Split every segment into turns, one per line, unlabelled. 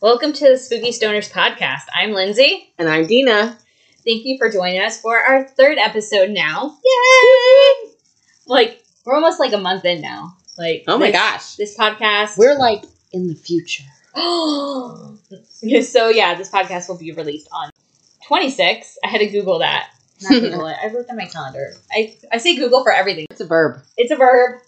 Welcome to the Spooky Stoners podcast. I'm Lindsay.
And I'm Dina.
Thank you for joining us for our third episode now. Yay! Like, we're almost like a month in now. Like,
Oh my
this-
gosh.
This podcast.
We're like in the future.
Oh, so yeah, this podcast will be released on 26. I had to Google that. Not Google it. I wrote on my calendar. I, I say Google for everything.
It's a verb.
It's a verb.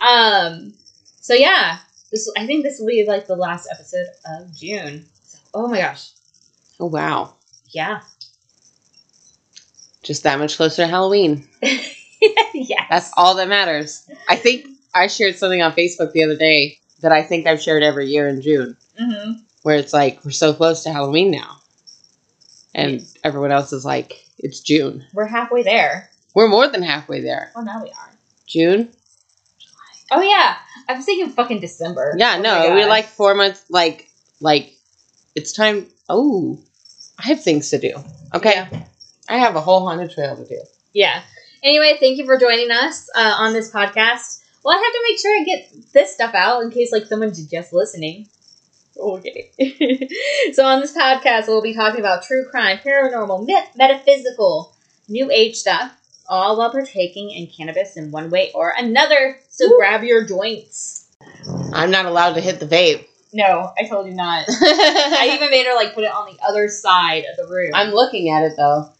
Um. So yeah, this I think this will be like the last episode of June. So, oh my gosh.
Oh, wow.
Yeah.
Just that much closer to Halloween.
yeah.
That's all that matters. I think I shared something on Facebook the other day that I think I've shared every year in June,
Mm-hmm.
where it's like, we're so close to Halloween now. And everyone else is like, it's June.
We're halfway there.
We're more than halfway there.
Well, Oh, now we are.
June?
Oh yeah, I was thinking fucking December.
Yeah,
Oh my
no,
God.
we're like four months, like, like, it's time. Oh, I have things to do. Okay.
Yeah.
I have a whole haunted trail to do.
yeah. Anyway, thank you for joining us uh, on this podcast. Well, I have to make sure I get this stuff out in case like someone's just listening. Okay. so on this podcast, we'll be talking about true crime, paranormal, myth, metaphysical, new age stuff, all while partaking in cannabis in one way or another. So grab your joints.
I'm not allowed to hit the vape.
No, I told you not. I even made her like put it on the other side of the room.
I'm looking at it though.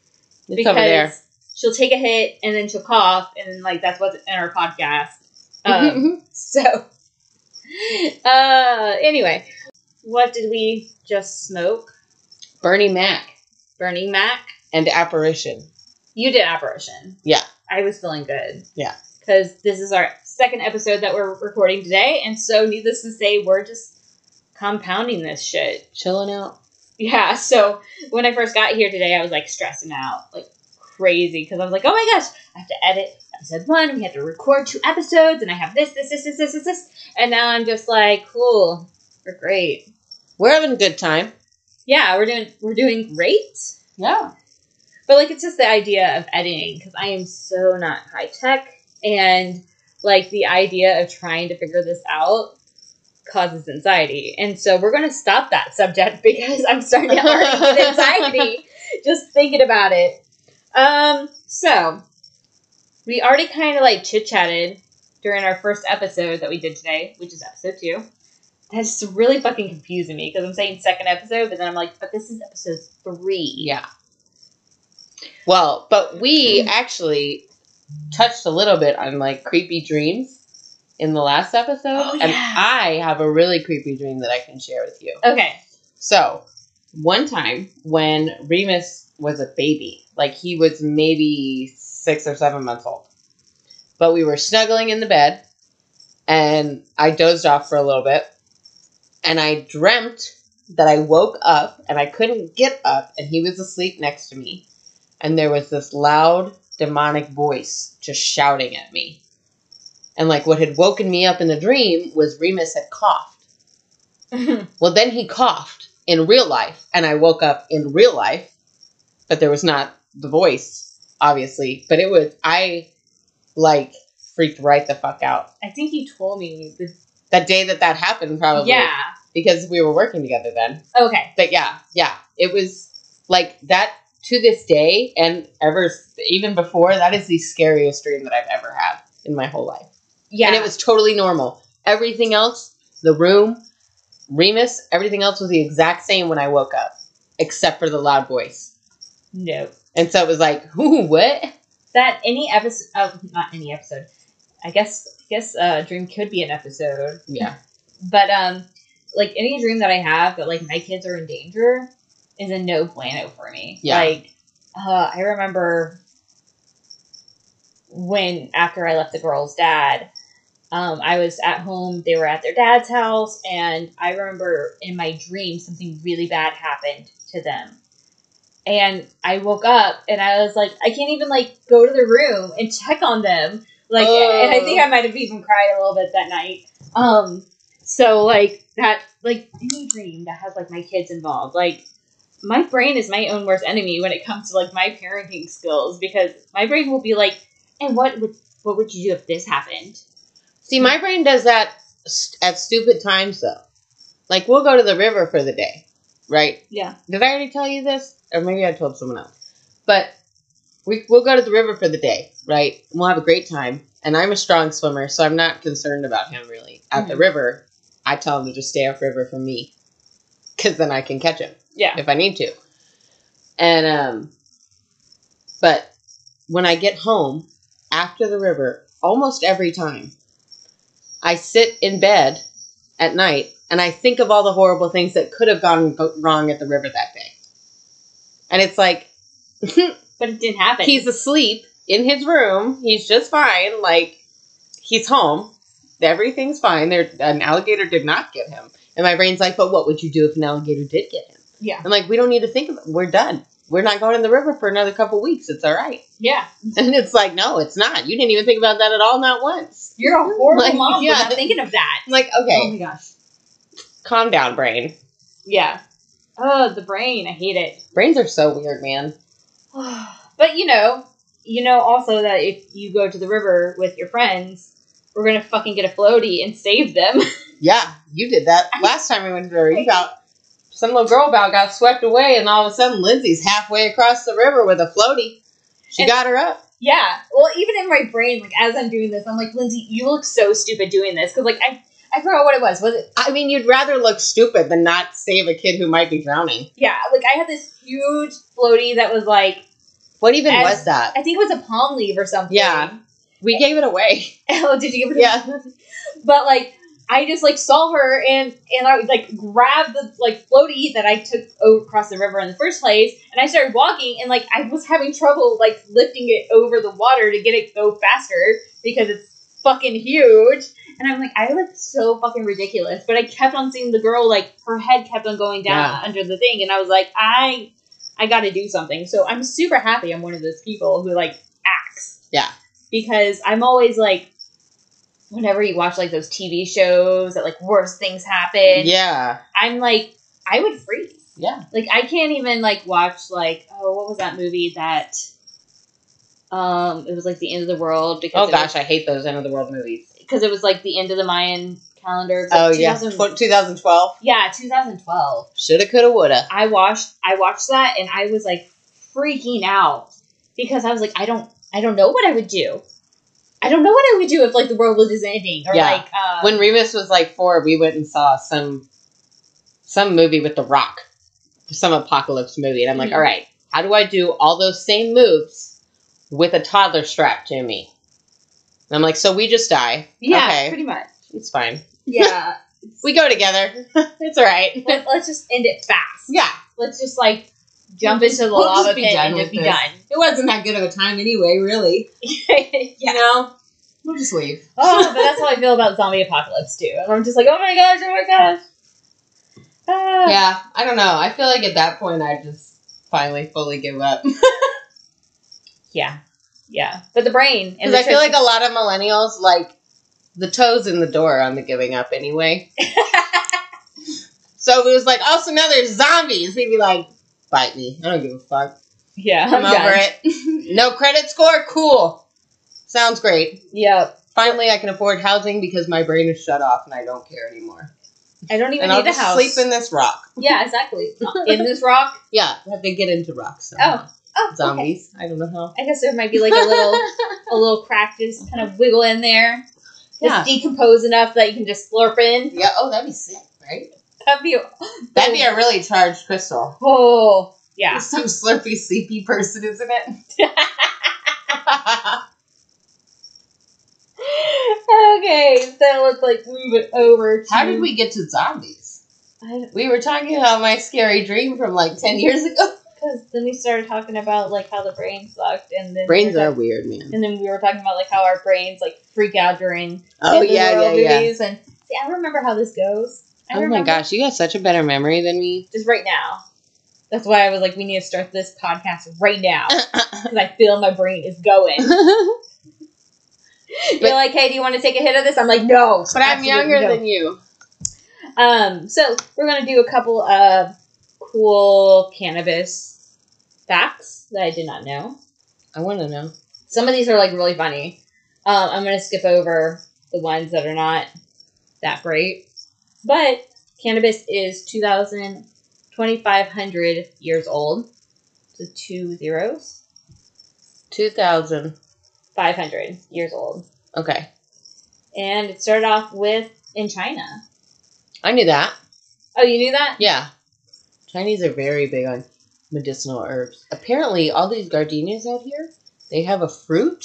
It's over there.
she'll take a hit and then she'll cough and then like that's what's in our podcast. Um, so, uh, anyway, what did we just smoke?
Bernie Mac
Burning Mac.
and Apparition.
You did apparition.
Yeah.
I was feeling good.
Yeah.
because this is our second episode that we're recording today, and so needless to say, we're just compounding this shit.
Chilling out.
Yeah, so when I first got here today, I was like stressing out like crazy because I was like, oh my gosh, I have to edit episode one, we have to record two episodes, and I have this, this, this, this, this, this, this. And now I'm just like, cool, we're great.
We're having a good time.
Yeah, we're doing we're doing great.
Yeah.
But like it's just the idea of editing because I am so not high tech and like the idea of trying to figure this out causes anxiety. And so we're gonna stop that subject because I'm starting to already get anxiety just thinking about it. Um so we already kind of like chit chatted during our first episode that we did today, which is episode two. That's really fucking confusing me because I'm saying second episode, but then I'm like, but this is episode three.
Yeah. Well, but we
Mm-hmm.
actually touched a little bit on like creepy dreams in the last episode.
Oh,
And
yeah.
I have a really creepy dream that I can share with you.
Okay.
So, one time when Remus was a baby, like he was maybe six or seven months old, but we were snuggling in the bed and I dozed off for a little bit and I dreamt that I woke up and I couldn't get up and he was asleep next to me and there was this loud demonic voice just shouting at me. And like what had woken me up in the dream was Remus had coughed. Well, then he coughed in real life, and I woke up in real life, but there was not the voice, obviously. But it was, I like freaked right the fuck out.
I think you told me. The,
That day that that happened, probably.
yeah.
Because we were working together then.
Okay.
But yeah, yeah, it was like that to this day, and ever, even before, that is the scariest dream that I've ever had in my whole life.
Yeah.
And it was totally normal. Everything else, the room, Remus, everything else was the exact same when I woke up, except for the loud voice.
no.
And so it was like, ooh, what?
That any episode of not any episode. I guess I guess uh, dream could be an episode,
Yeah.
but um, like any dream that I have that like my kids are in danger is a no bueno for me.
Yeah.
Like uh, I remember when after I left the girl's dad. Um, I was at home. They were at their dad's house, and I remember in my dream something really bad happened to them. and I woke up and I was like, I can't even like go to the room and check on them. Like,
Oh.
and I think I might have even cried a little bit that night. Um, so like that, like any dream that has like my kids involved, like my brain is my own worst enemy when it comes to like my parenting skills because my brain will be like, and what would what would you do if this happened?
See, my brain does that st- at stupid times, though. Like we'll go to the river for the day, right?
Yeah.
Did I already tell you this? Or maybe I told someone else. But we, we'll go to the river for the day, right? And we'll have a great time. And I'm a strong swimmer, so I'm not concerned about him really. At the
Mhm.
river, I tell him to just stay off river from me. Because then I can catch him
Yeah.
if I need to. And, um, but when I get home after the river, almost every time, I sit in bed at night and I think of all the horrible things that could have gone go- wrong at the river that day. And it's like,
But it didn't happen.
he's asleep in his room. He's just fine. Like, he's home. Everything's fine. There, an alligator did not get him. And my brain's like, but what would you do if an alligator did get him?
Yeah.
I'm like, we don't need to think about We're done. We're not going in the river for another couple weeks. It's all right.
Yeah.
And it's like, no, it's not. You didn't even think about that at all, not once.
You're a horrible
Like,
mom for
yeah.
not thinking of that.
I'm like,
Oh
okay,
my gosh.
calm down, brain.
Yeah. Oh, the brain. I hate it.
Brains are so weird, man.
but you know, you know also that if you go to the river with your friends, we're gonna fucking get a floaty and save them.
Yeah, you did that last time we went to the river. You got some little girl about got swept away, and all of a sudden Lindsay's halfway across the river with a floaty. She
And-
got her up.
yeah. Well, even in my brain, like as I'm doing this, I'm like, Lindsay, you look so stupid doing this because like I, I forgot what it was. Was it?
I mean, you'd rather look stupid than not save a kid who might be drowning.
Yeah. Like I had this huge floaty that was like
What even
And-
was that?
I think it was a palm leaf or something.
Yeah. We gave it away.
oh, did you give it?
Yeah.
But like. I just like saw her and and I like grabbed the like floaty that I took over across the river in the first place and I started walking and like I was having trouble like lifting it over the water to get it to go faster because it's fucking huge and I'm like I looked so fucking ridiculous but I kept on seeing the girl like her head kept on going down
Yeah.
under the thing and I was like I I got to do something so I'm super happy I'm one of those people who like acts
Yeah.
because I'm always like whenever you watch like those TV shows that like worse things happen,
Yeah.
I'm like, I would freeze.
Yeah.
Like I can't even like watch like oh what was that movie that um it was like the end of the world because
Oh
it
gosh, I hate those end of the world movies.
because it was like the end of the Mayan calendar. It was,
Oh
like,
yeah,
2000
Tw- 2012.
yeah, 2012.
Shoulda, coulda, woulda.
I watched I watched that and I was like freaking out because I was like I don't I don't know what I would do. I don't know what I would do if like the world was ending or
Yeah.
like uh,
When Remus was like four, we went and saw some some movie with The Rock, some apocalypse movie, and I'm like,
Mhm.
all right, how do I do all those same moves with a toddler strapped to me? And I'm like, so we just die.
yeah
okay,
pretty much
it's fine.
yeah
We go together. it's all right.
Let, us just end it fast.
Yeah,
Let's just like jump
We'll
into the
we'll just
lava
be
pit
done
and
with
just be
this.
done.
it wasn't that good of a time anyway. Really,
yeah.
you know, we'll just leave.
Oh, but that's how I feel about zombie apocalypse too. And I'm just like, oh my gosh, oh my gosh. Ah.
Yeah, I don't know. I feel like at that point, I just finally fully give up.
yeah, yeah. But the brain and
Because
the
I feel like a lot of millennials like the toes in the door on the giving up anyway. so if it was like, oh, so now there's zombies, we'd be like, bite me. I don't give a fuck.
yeah,
I'm,
done.
over it. no credit score? Cool. Sounds great.
Yep.
Finally, I can afford housing because my brain is shut off and I don't care anymore.
I don't even
And
need
I'll
the
just
house.
sleep in this rock.
Yeah, exactly. In this rock.
Yeah, I have to get into rocks. somehow.
Oh, oh, okay.
zombies. I don't know how.
I guess there might be like a little, a little crack just kind of wiggle in there. Just
Yeah.
decompose enough that you can just slurp in.
yeah. Oh, that'd be sick, right?
That'd be
That'd be a really charged crystal.
oh yeah.
Some slurpy, sleepy person, isn't it?
okay, so let's like move it over. To,
How did we get to zombies?
Because
We were talking about my scary dream from like 10 years ago.
then we started talking about like how the brain sucked, and then
Brains
we were
are
talk-
weird, man.
And then we were talking about like how our brains like freak out during
Oh,
end of the
yeah, yeah,
world
yeah.
movies and see I remember how this goes. I
Oh my
remember
gosh, you got such a better memory than me.
just right now. That's why I was like, we need to start this podcast right now because I feel my brain is going.
but
You're like, hey, do you want to take a hit of this? I'm like, no,
I'm
absolutely
younger
no.
than you.
Um, so we're gonna do a couple of cool cannabis facts that I did not know.
I want to know.
Some of these are like really funny. Um, I'm gonna skip over the ones that are not that great, but Cannabis is 2,000, 2,500 years old. So two zeros.
2000.
500 years old.
Okay.
And it started off with in China.
I knew that.
Oh, you knew that?
Yeah. Chinese are very big on medicinal herbs. Apparently, all these gardenias out here, they have a fruit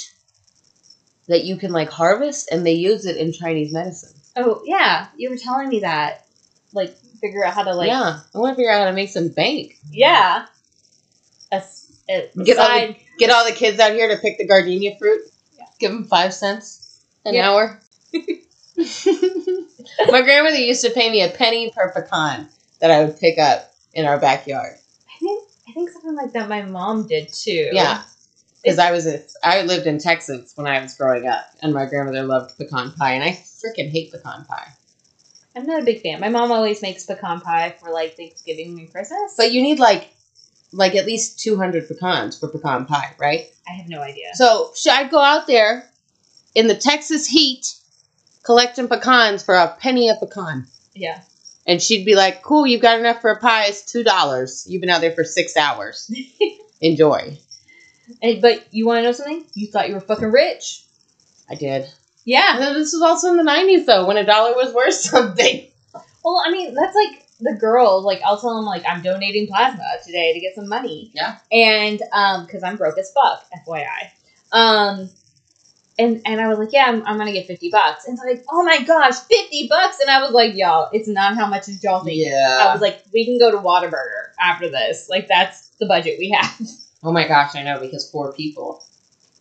that you can like harvest and they use it in Chinese medicine.
Oh, yeah. You were telling me that. Like, figure out how to, like, yeah.
yeah. I want to figure out how to make some bank.
A s- a
Get all
side-
Get all the kids out here to pick the gardenia fruit.
Yeah.
Give them five cents an
Yeah.
hour. My grandmother used to pay me a penny per pecan that I would pick up in our backyard.
I think I think something like that my mom did too.
Yeah. Because I was a, I lived in Texas when I was growing up, and my grandmother loved pecan pie, and I freaking hate pecan pie.
I'm not a big fan. My mom always makes pecan pie for like Thanksgiving and Christmas.
But you need like, like at least two hundred pecans for pecan pie, right?
I have no idea.
So should I go out there in the Texas heat collecting pecans for a penny a pecan?
Yeah.
And she'd be like, "Cool, you've got enough for a pie. It's two dollars. You've been out there for six hours. Enjoy."
And, but you want to know something? You thought you were fucking rich.
I did.
Yeah.
And then this was also in the '90s, though, when a dollar was worth something.
Well, I mean, that's like the girls. Like, I'll tell them like I'm donating plasma today to get some money.
Yeah.
And um, because I'm broke as fuck, FYI. Um. And, and I was like, yeah, I'm, I'm gonna get 50 bucks. And they're like, oh my gosh, 50 bucks. And I was like, y'all, it's not how much as y'all think I
Yeah.
was like, we can go to Whataburger after this. Like, that's the budget we have.
Oh my gosh, I know because four people.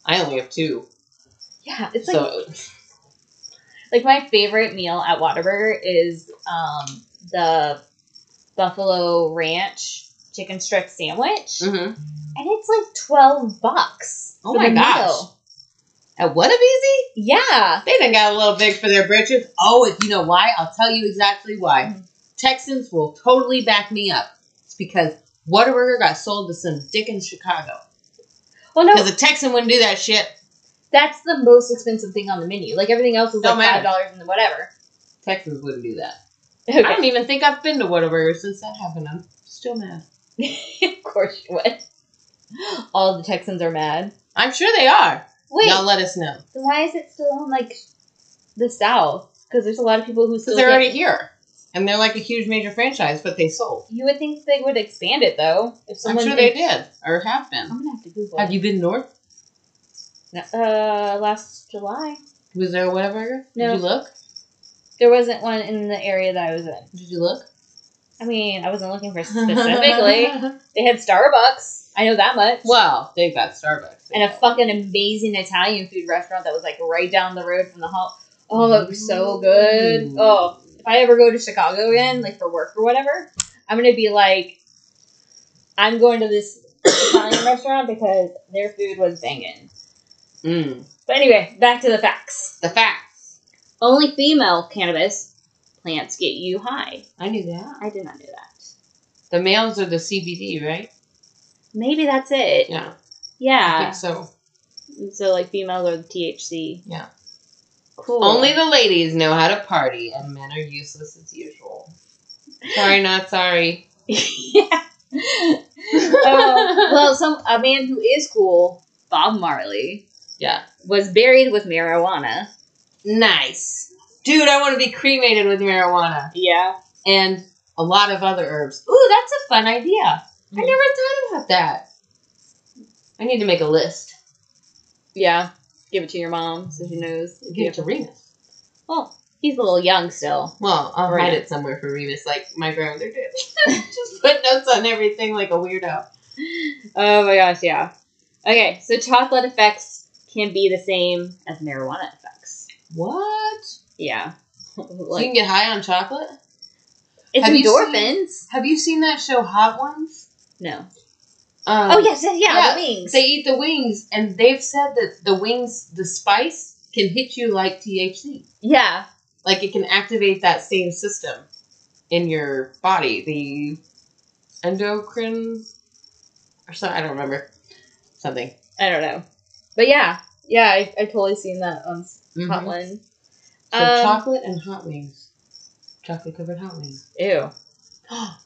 I only have two.
Yeah, it's like
so
like my favorite meal at Whataburger is um the Buffalo Ranch chicken strip sandwich,
Mhm.
and it's like twelve bucks.
Oh
for
my
the
gosh.
meal.
at what a busy?
Yeah,
They done got a little big for their britches. Oh, if you know why, I'll tell you exactly why.
Mhm.
Texans will totally back me up. It's because Whataburger got sold to some dick in Chicago.
well, no,
Because a Texan wouldn't do that shit.
that's the most expensive thing on the menu. Like everything else is
Don't
like
matter.
five dollars and whatever.
Texans wouldn't do that. I
Okay,
don't even think I've been to Whataburger since that happened. I'm still mad.
of course you would. All the Texans are mad.
I'm sure they are.
Wait,
Y'all let us know.
Then why is it still in like the South? Because there's a lot of people who still
Because they're
get-
already here. And they're like a huge major franchise, but they sold.
You would think they would expand it though. If someone
I'm sure they did or have been.
I'm gonna have to Google.
Have you been north?
it. Uh, last July
Was there a Whataburger?
No.
Did you look?
there wasn't one in the area that I was in.
Did you look
I mean, I wasn't looking for specifically. they had Starbucks. I know that much.
well, they've got Starbucks.
And a fucking amazing Italian food restaurant that was like right down the road from the hall. Oh, it was so good.
Ooh.
Oh, if I ever go to Chicago again, like for work or whatever, I'm gonna be like, I'm going to this Italian restaurant because their food was banging.
Mm.
But anyway, back to the facts.
The facts.
Only female cannabis plants get you high.
I knew that.
I did not know that.
The males are the CBD, right?
Maybe that's it.
Yeah, I
Yeah.
think so.
So like females are the THC.
Yeah.
Cool.
Only the ladies know how to party, and men are useless as usual. Sorry, not sorry.
yeah. Oh, well, some a man who is cool, Bob Marley,
Yeah.
was buried with marijuana.
Nice, dude. I want to be cremated with marijuana
Yeah.
and a lot of other herbs. Ooh, that's a fun idea. I
Mhm.
never thought about that. I need to make a list.
Yeah. Give it to your mom so she knows.
Give it to Remus.
Well, he's a little young still.
Well, I'll
Right.
write it somewhere for Remus, like my grandmother did. Just put notes on everything like a weirdo.
Oh my gosh, yeah. Okay, so chocolate effects can be the same as marijuana effects.
What?
Yeah.
you can
like,
get high on chocolate?
it's
have you
endorphins.
Have you seen that show Hot Ones?
No.
Um,
Oh yes, yeah, yeah,
yeah,
the wings.
They eat the wings, and they've said that the wings, the spice, can hit you like THC.
yeah.
Like it can activate that same system in your body, the endocrine or something. I don't remember. Something.
I don't know. But yeah. Yeah, I I totally seen that on
Mhm.
Hot One.
So
Um,
chocolate and hot wings. chocolate covered hot wings.
Ew.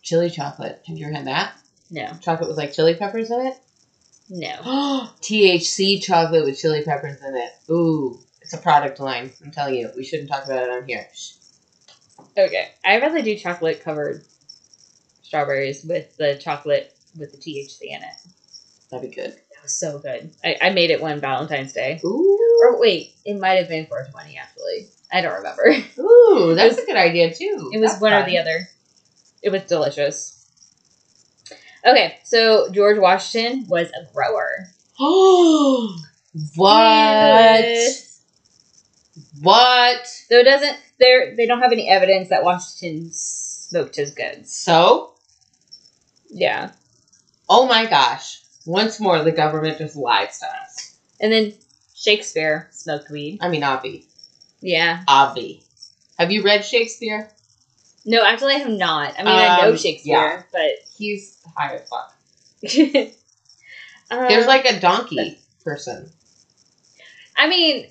chili chocolate. Have you ever had that?
No.
Chocolate with like chili peppers in it.
No.
THC chocolate with chili peppers in it. Ooh, it's a product line. I'm telling you, we shouldn't talk about it on here. Shh.
Okay. I'd rather do chocolate covered strawberries with the chocolate with the THC in it.
That'd be good.
That was so good. I, I made it one Valentine's Day.
Ooh,
Or wait, it might have been 420 actually. I don't remember. It
ooh, that's a good idea too.
was
That's
one or
fun.
the other. It was delicious. Okay, so George Washington was a grower.
Oh, what?
Yes.
What?
So it doesn't there they don't have any evidence that Washington smoked his goods.
So,
Yeah.
oh my gosh! Once more, the government just lied to us.
And then Shakespeare smoked weed.
I mean, Avi,
Yeah.
Avi. Have you read Shakespeare?
No, actually I have not. I mean I know
Um,
Shakespeare,
He's high as fuck.
but
There's
Um,
like a donkey person.
I mean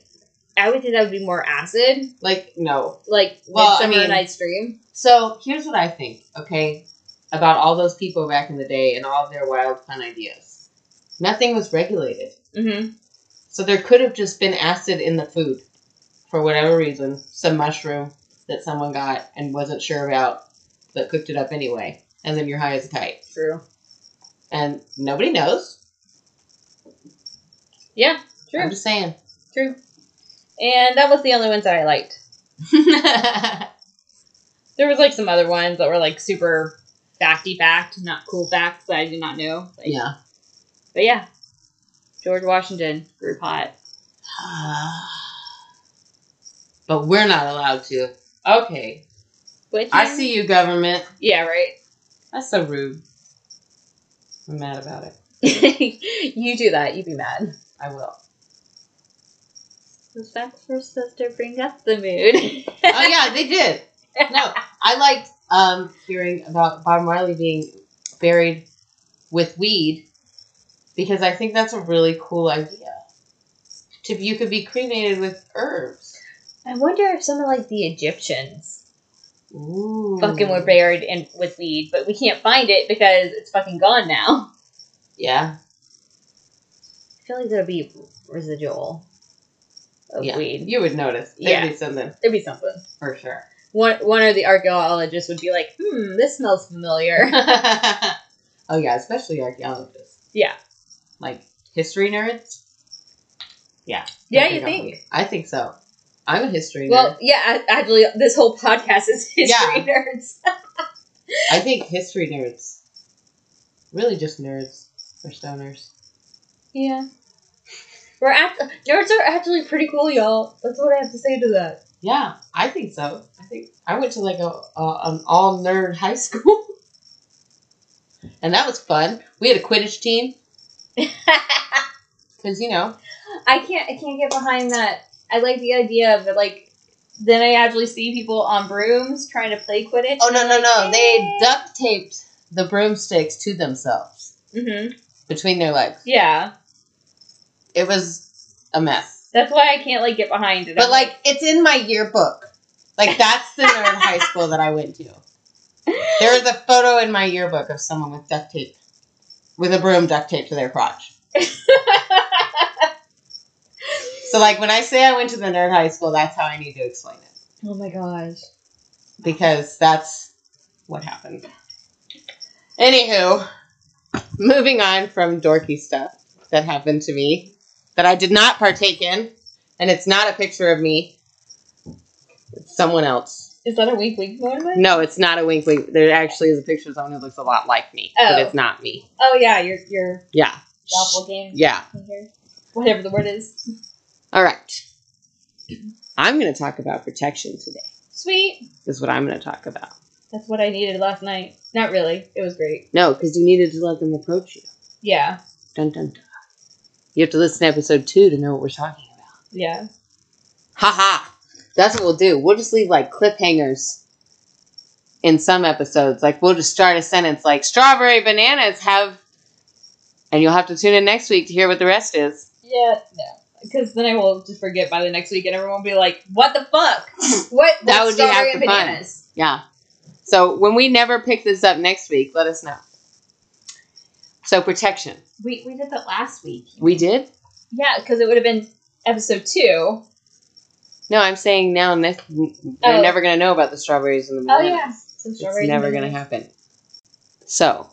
I would think that would be more acid.
Like, no,
like
Well, I
Midsummer
mean-
Night's Dream.
So here's what I think, okay, about all those people back in the day and all of their wild fun ideas. Nothing was regulated.
Mm-hmm.
So there could have just been acid in the food for whatever reason, some mushroom that someone got and wasn't sure about, but cooked it up anyway. And then you're high as a kite.
True.
And nobody knows.
Yeah,
I'm
true,
just saying.
true. And that was the only ones that I liked. There was like some other ones that were like super facty fact, not cool facts that I did not know. Like-
yeah.
But yeah, George Washington grew pot.
But we're not allowed to. Okay.
Which
I see you, government.
Yeah, right.
That's so rude. I'm mad about it.
you do that, you'd be mad.
I will.
The facts were supposed to bring up the mood.
oh yeah, they did. No, I liked um, hearing about Bob Marley being buried with weed because I think that's a really cool idea. To you could be cremated with herbs.
I wonder if some of like the Egyptians
Ooh.
fucking were buried in with weed, but we can't find it because it's fucking gone now.
Yeah.
I feel like there'd be residual of
yeah.
weed.
You would notice. There'd
Yeah.
be something
There'd be something.
for sure.
One one of the archaeologists would be like, "Hmm, this smells familiar."
oh yeah, especially archaeologists.
Yeah.
Like history nerds.
yeah,
Nothing
you
wrong
think?
with it. I think so. I'm a history
Well,
nerd.
yeah. a- Actually, this whole podcast is history
Yeah.
nerds.
I think history nerds, really just nerds or stoners.
Yeah, we're act- nerds are actually pretty cool, y'all. That's what I have to say to that.
Yeah, I think so. I think I went to like a, a an all nerd high school, and that was fun. We had a Quidditch team because you know
I can't. I can't get behind that. I like the idea of it. Like, then I actually see people on brooms trying to play Quidditch.
Oh no no no! They duct taped the broomsticks to themselves
Mm-hmm.
between their legs.
Yeah,
It was a mess.
that's why I can't like get behind it.
But
I'm
like, it's in my yearbook. Like that's the nerd high school that I went to. There is a photo in my yearbook of someone with duct tape, with a broom duct taped to their crotch. so like when I say I went to the nerd high school, that's how I need to explain it
oh my gosh.
because that's what happened. Anywho, moving on from dorky stuff that happened to me that I did not partake in, and it's not a picture of me. It's someone else.
Is that a weak link moment?
No, it's not a wink wink. There actually is a picture of someone who looks a lot like me, but
Oh.
it's not me.
Oh yeah, your your
Yeah.
doppelganger.
Yeah.
Whatever the word is.
All right. I'm going to talk about protection today,
Sweet.
is what I'm going to talk about.
That's what I needed last night. Not really. It was great.
No, because you needed to let them approach you.
Yeah.
Dun, dun, dun. You have to listen to episode two to know what we're talking about.
Yeah.
Ha ha. That's what we'll do. We'll just leave like cliffhangers in some episodes. Like we'll just start a sentence like strawberry bananas have, and you'll have to tune in next week to hear what the rest is.
Yeah. No. Because then I will just forget by the next week, and everyone will be like, "What the fuck? what?
That
what's
would be
strawberry
half
and
the fun.
bananas?"
Yeah. So when we never pick this up next week, let us know. So protection.
We, we did that last week.
We did?
Yeah, because it would have been episode two.
No, I'm saying now ne- they're
Oh.
never going to know about the strawberries and the
Oh,
bananas.
yeah. Some
It's never going to happen. So,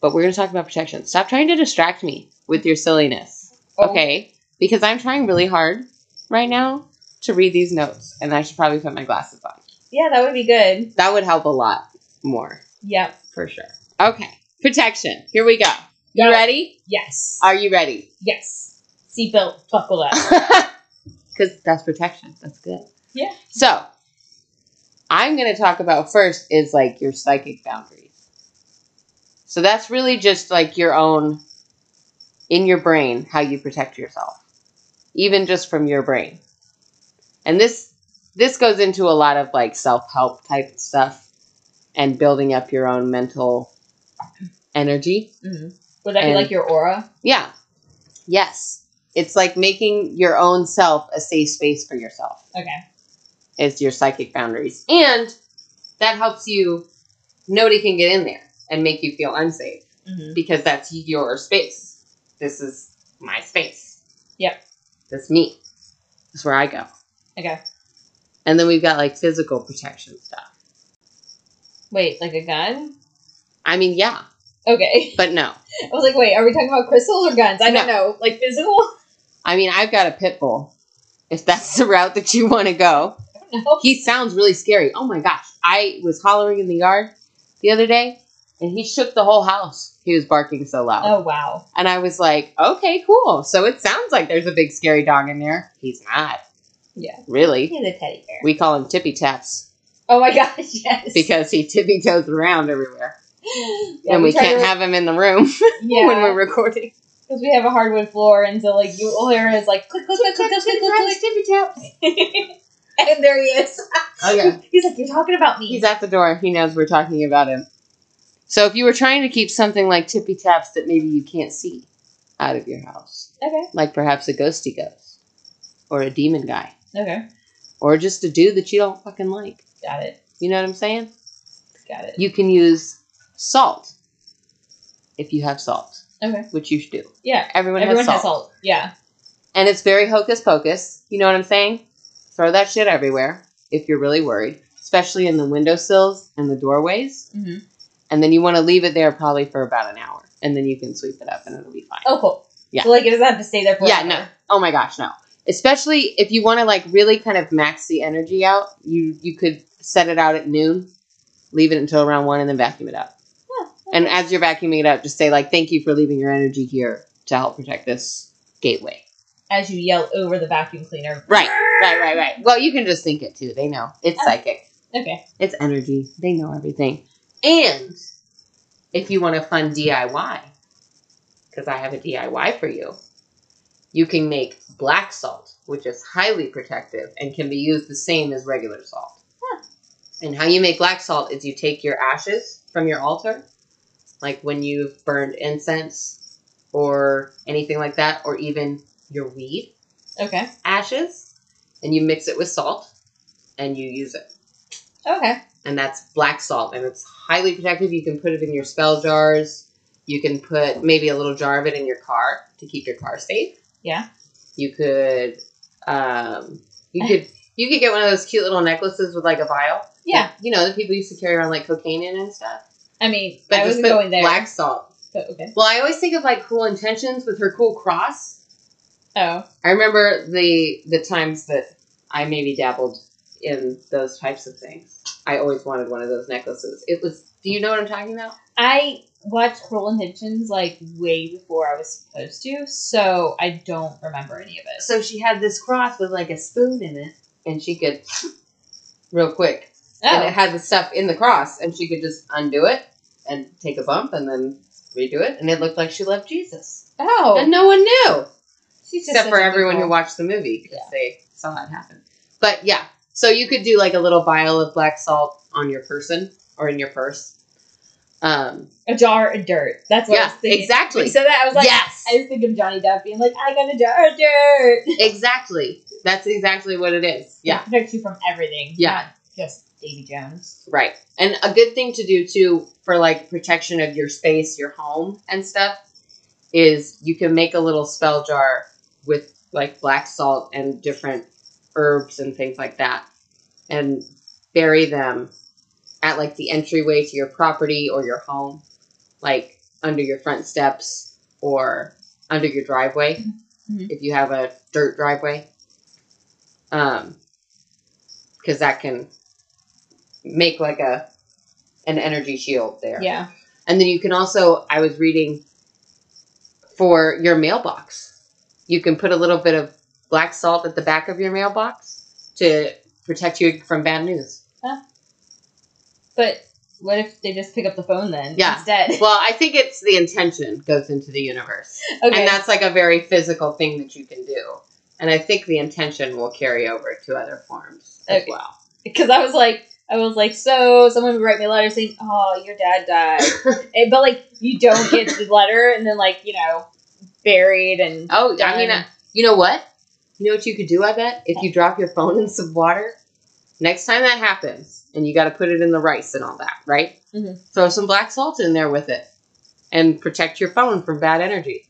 but we're going to talk about protection. Stop trying to distract me with your silliness.
Oh.
Okay? Because I'm trying really hard right now to read these notes, and I should probably put my glasses on.
Yeah, that would be good.
That would help a lot more,
Yep.
for sure. Okay. Protection. Here we go. You
Go.
ready?
Yes.
Are you ready?
yes. Seatbelt, buckle up.
Because that's protection. That's good.
Yeah.
So, I'm going to talk about first is like your psychic boundaries. So, that's really just like your own, in your brain, how you protect yourself, even just from your brain. And this, this goes into a lot of like self-help type stuff and building up your own mental energy.
Mhm. Would that be
And-
like your aura?
Yeah. Yes. It's like making your own self a safe space for yourself
Okay.
is your psychic boundaries. And that helps you nobody can get in there and make you feel unsafe
Mm-hmm.
because that's your space. This is my space.
Yep.
That's me. That's where I go.
Okay.
And then we've got like physical protection stuff.
Wait, like a gun?
I mean, yeah,
Okay.
but no.
I was like, wait, are we talking about crystals or guns? I don't know. Like physical?
I mean, I've got a pit bull. If that's the route that you want to go,
No.
he sounds really scary. Oh my gosh. I was hollering in the yard the other day and he shook the whole house. He was barking so loud.
Oh wow.
And I was like, okay, cool. So it sounds like there's a big scary dog in there. He's not.
Yeah.
Really.
He's a teddy bear.
We call him Tippy Taps
oh my gosh, yes.
because he tippy toes around everywhere.
Yeah,
and we,
try to
can't
re-
have him in the room
yeah,
when we're recording.
because we have a hardwood floor, and so like you all hear is like click click click click click click click,
Tippy Taps.
click. and there he is.
Oh, yeah.
He's like, you're talking about me.
He's at the door. He knows we're talking about him. So if you were trying to keep something like Tippy Taps that maybe you can't see out of your house,
okay.
like perhaps a ghosty ghost or a demon guy
Okay.
or just a dude that you don't fucking like.
Got it.
You know what I'm saying?
Got it.
You can use salt if you have salt,
Okay.
which you should do.
Yeah.
Everyone,
Everyone
has, salt.
Yeah.
And it's very hocus pocus. You know what I'm saying? Throw that shit everywhere if you're really worried, especially in the windowsills and the doorways.
Mhm.
And then you want to leave it there probably for about an hour. And then you can sweep it up and it'll be fine.
Oh, cool.
Yeah.
So like it doesn't have to stay there forever.
Yeah, no. Oh my gosh, no. Especially if you want to like really kind of max the energy out, you you could set it out at noon, leave it until around one, and then vacuum it up.
Huh,
And as you're vacuuming it up, just say like, "Thank you for leaving your energy here to help protect this gateway."
As you yell over the vacuum cleaner.
Right, right, right, right. Well, you can just think it too. They know it's
Oh.
psychic.
Okay.
It's energy. They know everything. And if you want a fun DIY, because I have a DIY for you, you can make black salt, which is highly protective and can be used the same as regular salt.
Huh.
And how you make black salt is you take your ashes from your altar, like when you've burned incense or anything like that, or even your weed
Okay.
ashes, and you mix it with salt, and you use it
Okay.
and that's black salt and it's highly protective you can put it in your spell jars you can put maybe a little jar of it in your car to keep your car safe
Yeah.
you could um, you could you could get one of those cute little necklaces with like a vial
Yeah.
you know the people used to carry around like cocaine in and stuff
I mean,
but
I
just
wasn't
put
going there.
black salt
but okay.
well i always think of like cool intentions with her cool cross
Oh.
I remember the the times that I maybe dabbled in those types of things. I always wanted one of those necklaces. It was. Do you know what I'm talking about?
I watched Cruel Intentions like way before I was supposed to, so I don't remember any of it.
So she had this cross with like a spoon in it, and she could real quick, and it
Oh,
had the stuff in the cross, and she could just undo it and take a bump, and then redo it, and it looked like she loved Jesus, and
oh,
no one knew.
she's just
except
such
for
a good
everyone who
girl.
watched the movie because
Yeah.
they saw it happen. But yeah, so you could do like a little vial of black salt on your person or in your purse. Um,
a jar of dirt. That's what I
yeah,
was thinking. When
exactly,
you said that, I was like,
Yes.
I was thinking of Johnny Depp being like, I got a jar of dirt.
exactly. That's exactly what it is. Yeah,
It protects you from everything.
Yeah.
not just Davy Jones.
Right. And a good thing to do too for like protection of your space, your home and stuff is you can make a little spell jar with like black salt and different herbs and things like that and bury them at like the entryway to your property or your home, like under your front steps or under your driveway
Mhm.
if you have a dirt driveway. Um cuz that can make like a an energy shield there.
Yeah.
And then you can also, I was reading for your mailbox, you can put a little bit of black salt at the back of your mailbox to protect you from bad news.
But what if they just pick up the phone then?
Yeah.
Instead.
Well, I think it's the intention goes into the universe.
Okay.
And that's like a very physical thing that you can do. And I think the intention will carry over to other forms as
Okay.
well.
because I was like, I was like, so someone would write me a letter saying, "Oh, your dad died," And- but like you don't get the letter, and then like you know, buried and
Oh, I mean,
Done.
uh, you know what? You know what you could do, I bet? If you drop your phone in some water, next time that happens, and you got to put it in the rice and all that, right?
Mhm.
Throw some black salt in there with it and protect your phone from bad energy.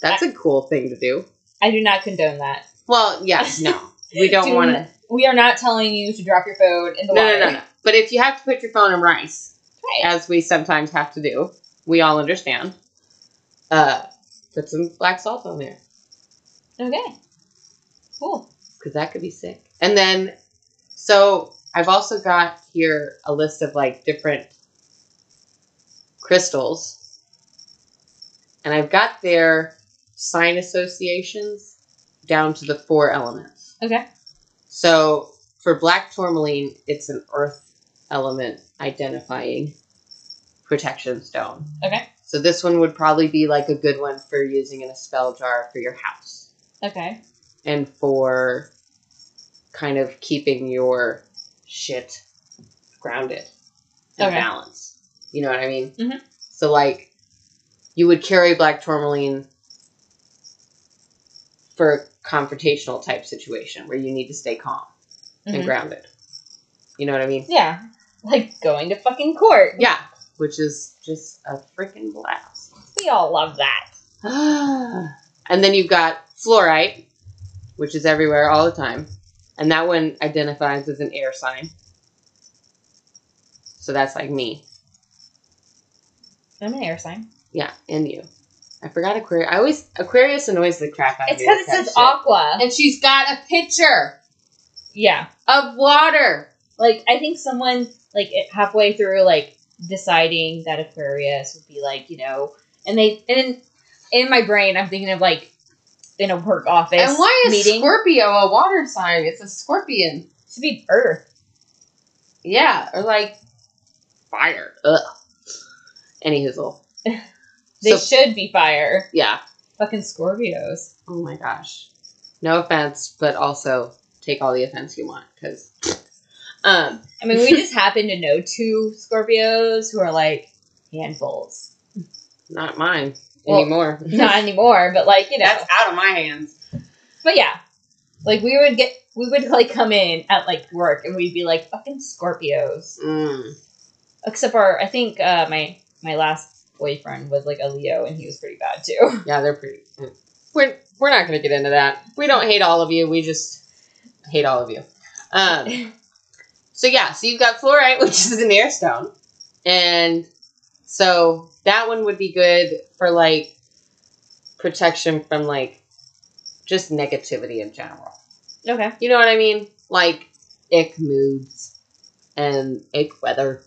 That's a cool thing to do.
I do not condone that.
Well, yes, no. We don't
Do
want to.
n- We are not telling you to drop your phone in the
No,
water.
no, no, no. But if you have to put your phone in rice,
Right.
as we sometimes have to do, we all understand, uh, put some black salt on there.
Okay. Cool.
because that could be sick. And then, so I've also got here a list of like different crystals, and I've got their sign associations down to the four elements.
Okay.
So for black tourmaline, it's an earth element identifying protection stone.
Okay.
So this one would probably be like a good one for using in a spell jar for your house
Okay.
and for kind of keeping your shit grounded and
Okay.
balanced. You know what I mean?
Mhm.
So like, you would carry black tourmaline for a confrontational type situation where you need to stay calm and
Mhm.
grounded. You know what I mean?
Yeah. Like going to fucking court.
Yeah, which is just a freaking blast.
We all love that.
and then you've got fluorite, which is everywhere all the time. And that one identifies as an air sign. So that's like me.
I'm an air sign.
Yeah, and you. I forgot Aquarius. I always Aquarius annoys the crap out
It's
of me.
because
with
it
that
says
shit.
aqua.
And she's got a picture
Yeah.
of water.
like I think someone like it- halfway through like deciding that Aquarius would be like you know, and they and in, in my brain I'm thinking of like in a work office
and why is
meeting
Scorpio a water sign? It's a scorpion.
to be Earth.
Yeah, or like fire. Ugh. Any hizzle.
They
So-
should be fire.
yeah.
Fucking Scorpios.
Oh my gosh. No offense, but also take all the offense you want because. Um,
I mean, we just happen to know two Scorpios who are like handfuls.
not mine
Well,
anymore.
Not anymore, but like you know.
Mm-hmm. That's out of my hands.
but yeah, like we would get we would like come in at like work and we'd be like fucking Scorpios.
Mm.
except for I think uh, my my last boyfriend was like a Leo, and he was pretty bad too.
Yeah, they're pretty. We're we're not gonna get into that. We don't hate all of you. We just hate all of you. Um, so yeah, so you've got fluorite, which is an air stone, and so that one would be good for like protection from like just negativity in general.
okay.
You know what I mean? Like ick moods and ick weather,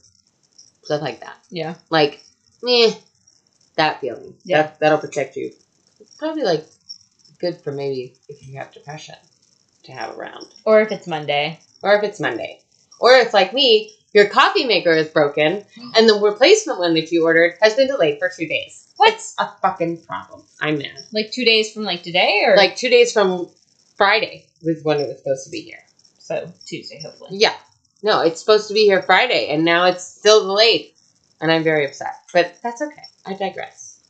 stuff like that.
Yeah.
Like, meh, that feeling.
Yeah.
That, that'll protect you. It's probably like good for maybe if you have depression to have around,
Or if it's Monday.
or if it's Monday, or if like me, your coffee maker is broken and the replacement one that you ordered has been delayed for two days.
What?
It's a fucking problem. I'm mad.
Like two days from like today, or
Like two days from Friday was when it was supposed to be here.
so Tuesday, hopefully.
Yeah. No, it's supposed to be here Friday, and now it's still delayed. And I'm very upset. But that's okay. I digress.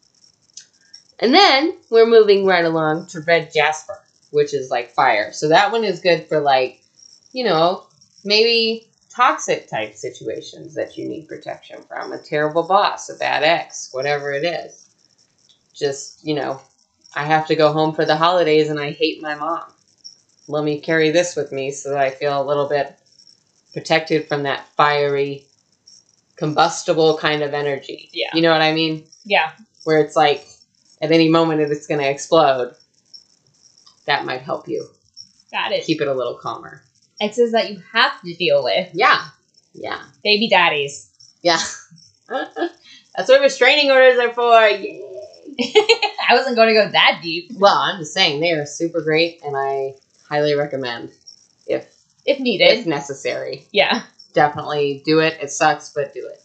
And then we're moving right along to red jasper, which is like fire. So that one is good for like, you know, maybe toxic type situations that you need protection from a terrible boss, a bad ex, whatever it is. Just, you know, I have to go home for the holidays and I hate my mom. Let me carry this with me so that I feel a little bit protected from that fiery, combustible kind of energy.
Yeah.
You know what I mean?
Yeah.
Where it's like at any moment if it's going to explode, that might help you
Got it.
keep it a little calmer.
Exes that you have to deal with.
Yeah. Yeah.
Baby daddies.
Yeah. That's what restraining orders are for. Yay.
I wasn't going to go that deep,
Well, I'm just saying they are super great and I highly recommend if
if needed.
if necessary.
yeah.
Definitely do it. It sucks, but do it.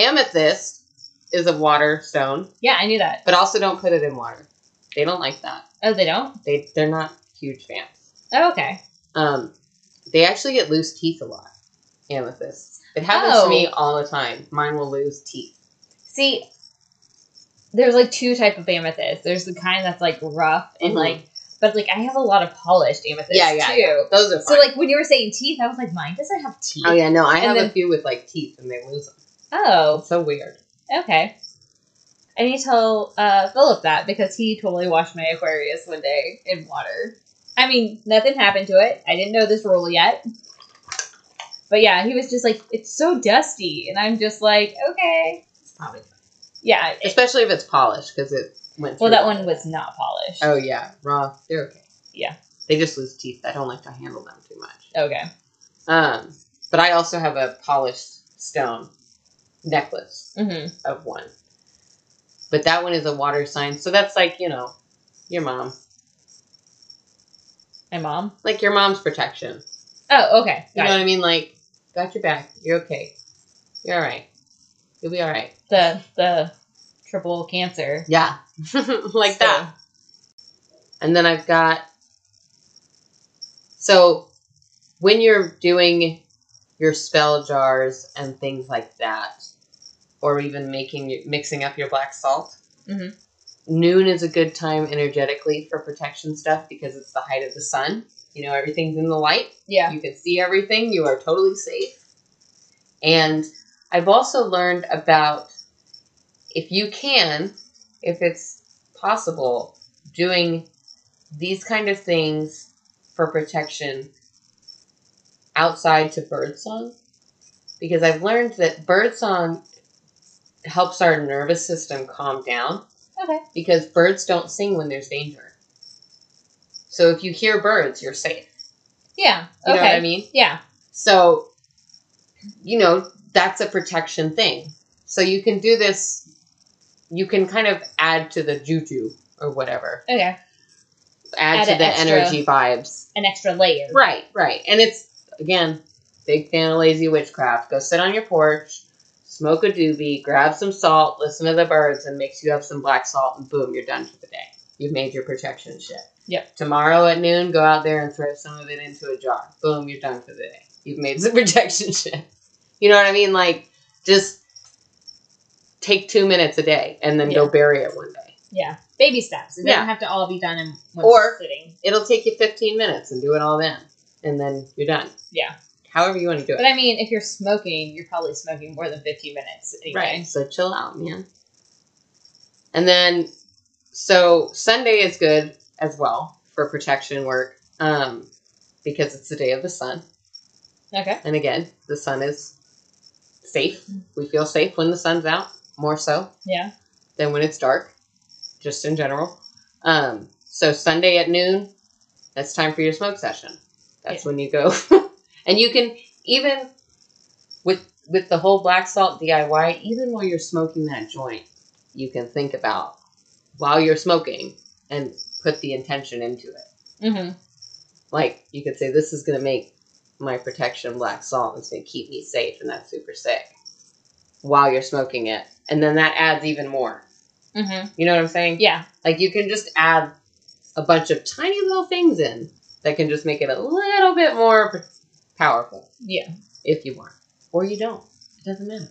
Amethyst is a water stone,
Yeah, I knew that.
but also don't put it in water. They don't like that.
Oh, they don't?
They they're not huge fans.
Oh, okay.
Um, they actually get loose teeth a lot. Amethysts. It happens
Oh.
to me all the time. Mine will lose teeth.
See, there's like two type of amethyst. There's the kind that's like rough and
Mhm.
like, but like I have a lot of polished amethyst
yeah, yeah,
too.
yeah. Those are
So
fine.
like when you were saying teeth, I was like, mine doesn't have teeth.
oh yeah, no, I
and
have
then-
a few with like teeth and they lose them.
Oh,
It's so weird.
okay. I need to tell uh, Philip that because he totally washed my Aquarius one day in water. I mean, nothing happened to it. I didn't know this rule yet. But yeah, he was just like, it's so dusty. And I'm just like, okay.
It's probably
Yeah. it-
especially if it's polished because it went.
well,
through
that
it.
one was not polished.
Oh yeah, raw. They're okay.
Yeah.
They just lose teeth. I don't like to handle them too much.
Okay.
Um, but I also have a polished stone necklace
Mm-hmm.
of one. But that one is a water sign, so that's like you know, your mom,
My mom.
like your mom's protection.
Oh, okay.
You
Got
know
it.
what I mean? Like, got your back. You're okay. You're all right. You'll be all right.
The the triple cancer.
Yeah, like
So,
that. And then I've got. So when you're doing your spell jars and things like that, or even making mixing up your black salt,
Mhm.
noon is a good time energetically for protection stuff because it's the height of the sun. You know, everything's in the light.
Yeah.
You can see everything. You are totally safe. And I've also learned about if you can, if it's possible, doing these kind of things for protection outside to birdsong. Because I've learned that birdsong helps our nervous system calm down
Okay.
because birds don't sing when there's danger. So if you hear birds, you're safe.
Yeah.
You
okay.
know what I mean?
Yeah.
So, you know, that's a protection thing. So you can do this, you can kind of add to the juju or whatever,
Okay.
add,
Add
to
an
the
extra-
energy vibes.
An extra layer.
Right, right. And it's, again, big fan of lazy witchcraft. Go sit on your porch, smoke a doobie, grab some salt, listen to the birds, and mix you up some black salt, and boom, you're done for the day. You've made your protection shit.
Yep.
Tomorrow at noon, go out there and throw some of it into a jar. Boom, you're done for the day. You've made some protection shit. You know what I mean? Like, just take two minutes a day and then go
Yeah.
bury it one day.
Yeah. Baby steps. It
Yeah.
doesn't have to all be done in one
Or-
sitting.
It'll take you 15 minutes and do it all then. And then you're done.
Yeah.
However you want to do it.
But I mean, if you're smoking, you're probably smoking more than 15 minutes anyway.
Right. So chill out, man. And then, so Sunday is good as well for protection work um, because it's the day of the sun.
Okay.
And again, the sun is safe. We feel safe when the sun's out, more so
Yeah.
than when it's dark, just in general. Um, so Sunday at noon, that's time for your smoke session. That's when you go, and you can even with with the whole black salt DIY. Even while you're smoking that joint, you can think about while you're smoking and put the intention into it.
Mm-hmm.
Like you could say, this is gonna make my protection black salt. and It's gonna keep me safe, and that's super sick. While you're smoking it, and then that adds even more.
Mm-hmm.
You know what I'm saying?
Yeah.
Like you can just add a bunch of tiny little things in that can just make it a little bit more p- powerful
Yeah.
if you want, or you don't. It doesn't matter.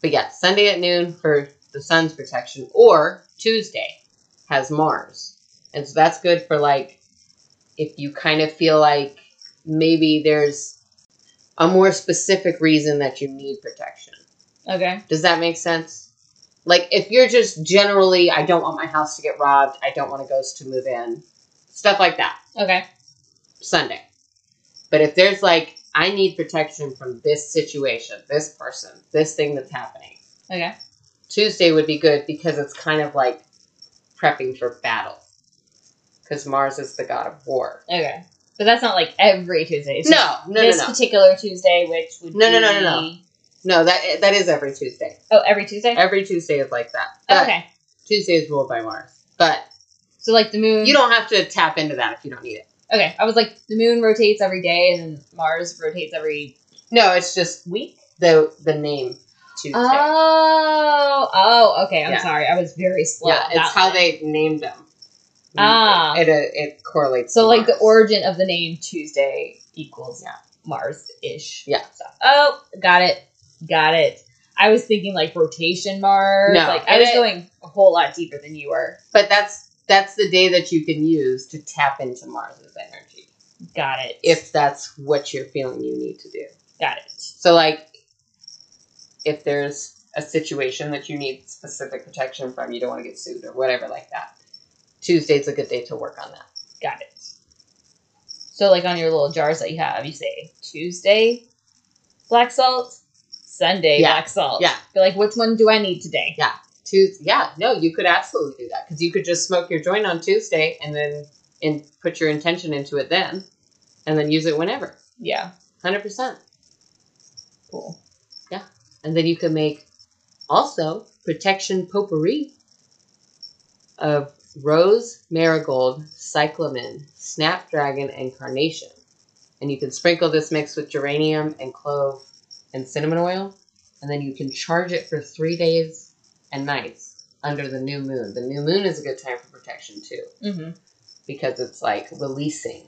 But yeah, Sunday at noon for the sun's protection, or Tuesday has Mars, and so that's good for like if you kind of feel like maybe there's a more specific reason that you need protection.
Okay.
Does that make sense? Like if you're just generally, I don't want my house to get robbed, I don't want a ghost to move in, stuff like that.
Okay.
Sunday. But if there's like, I need protection from this situation, this person, this thing that's happening,
Okay.
Tuesday would be good because it's kind of like prepping for battle. Because Mars is the god of war.
Okay. But that's not like every Tuesday. It's just
No, no, no,
this
no,
particular Tuesday, which would
No, no, no,
be-
no, no. That that is every Tuesday.
Oh, every Tuesday.
Every Tuesday is like that.
Oh,
But
okay.
Tuesday is ruled by Mars. But
So like the moon.
you don't have to tap into that if you don't need it.
Okay, I was like the moon rotates every day, and then Mars rotates every.
No, it's just week the the name Tuesday.
Oh, oh, okay. I'm
Yeah.
sorry, I was very slow.
yeah,
on
it's
that
how
one.
they named them.
Ah.
it, it, it correlates.
So
to
like the
Mars.
origin of the name Tuesday equals
Yeah.
Mars ish.
Yeah.
Stuff. Oh, got it, got it. I was thinking like rotation Mars.
No,
like I
and
was
it-
going a whole lot deeper than you were.
But that's that's the day that you can use to tap into Mars's energy.
Got it.
If that's what you're feeling you need to do.
got it.
So like if there's a situation that you need specific protection from, you don't want to get sued or whatever like that. Tuesday's a good day to work on that.
Got it. So, like on your little jars that you have, you say Tuesday, black salt, Sunday,
Yeah.
black salt.
Yeah.
You're like, which one do I need today?
Tuesday, yeah, no, you could absolutely do that because you could just smoke your joint on Tuesday and then and put your intention into it then, and then use it whenever,
Yeah.
hundred percent.
Cool.
And then you can make also protection potpourri of rose, marigold, cyclamen, snapdragon, and carnation. And you can sprinkle this mix with geranium and clove and cinnamon oil. And then you can charge it for three days and nights under the new moon. The new moon is a good time for protection too
Mm-hmm.
because it's like releasing.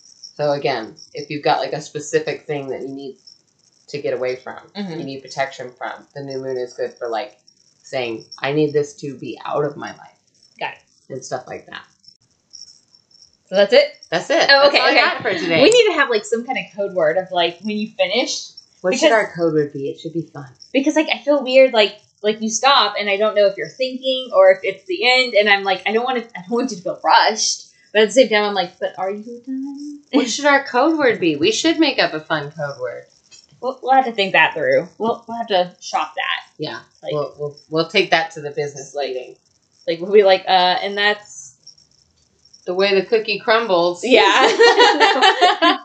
So again, if you've got like a specific thing that you need to get away from,
Mhm.
you need protection from, the new moon is good for like saying, I need this to be out of my life.
Got it.
And stuff like that.
So that's it.
That's it.
Oh,
That's
okay,
all I
okay.
got for today.
We need to have like some kind of code word of like when you finish,
what
because-
should our code word be? It should be fun.
because like I feel weird like like you stop and I don't know if you're thinking or if it's the end, and I'm like I don't want to I don't want you to feel rushed, but at the same time I'm like, but are you done?
What should our code word be? We should make up a fun code word.
We'll, we'll have to think that through. We'll we'll have to shop that.
Yeah.
Like,
we'll, we'll, we'll take that to the business lighting.
Like we'll be like, uh, and that's
The way the cookie crumbles.
yeah.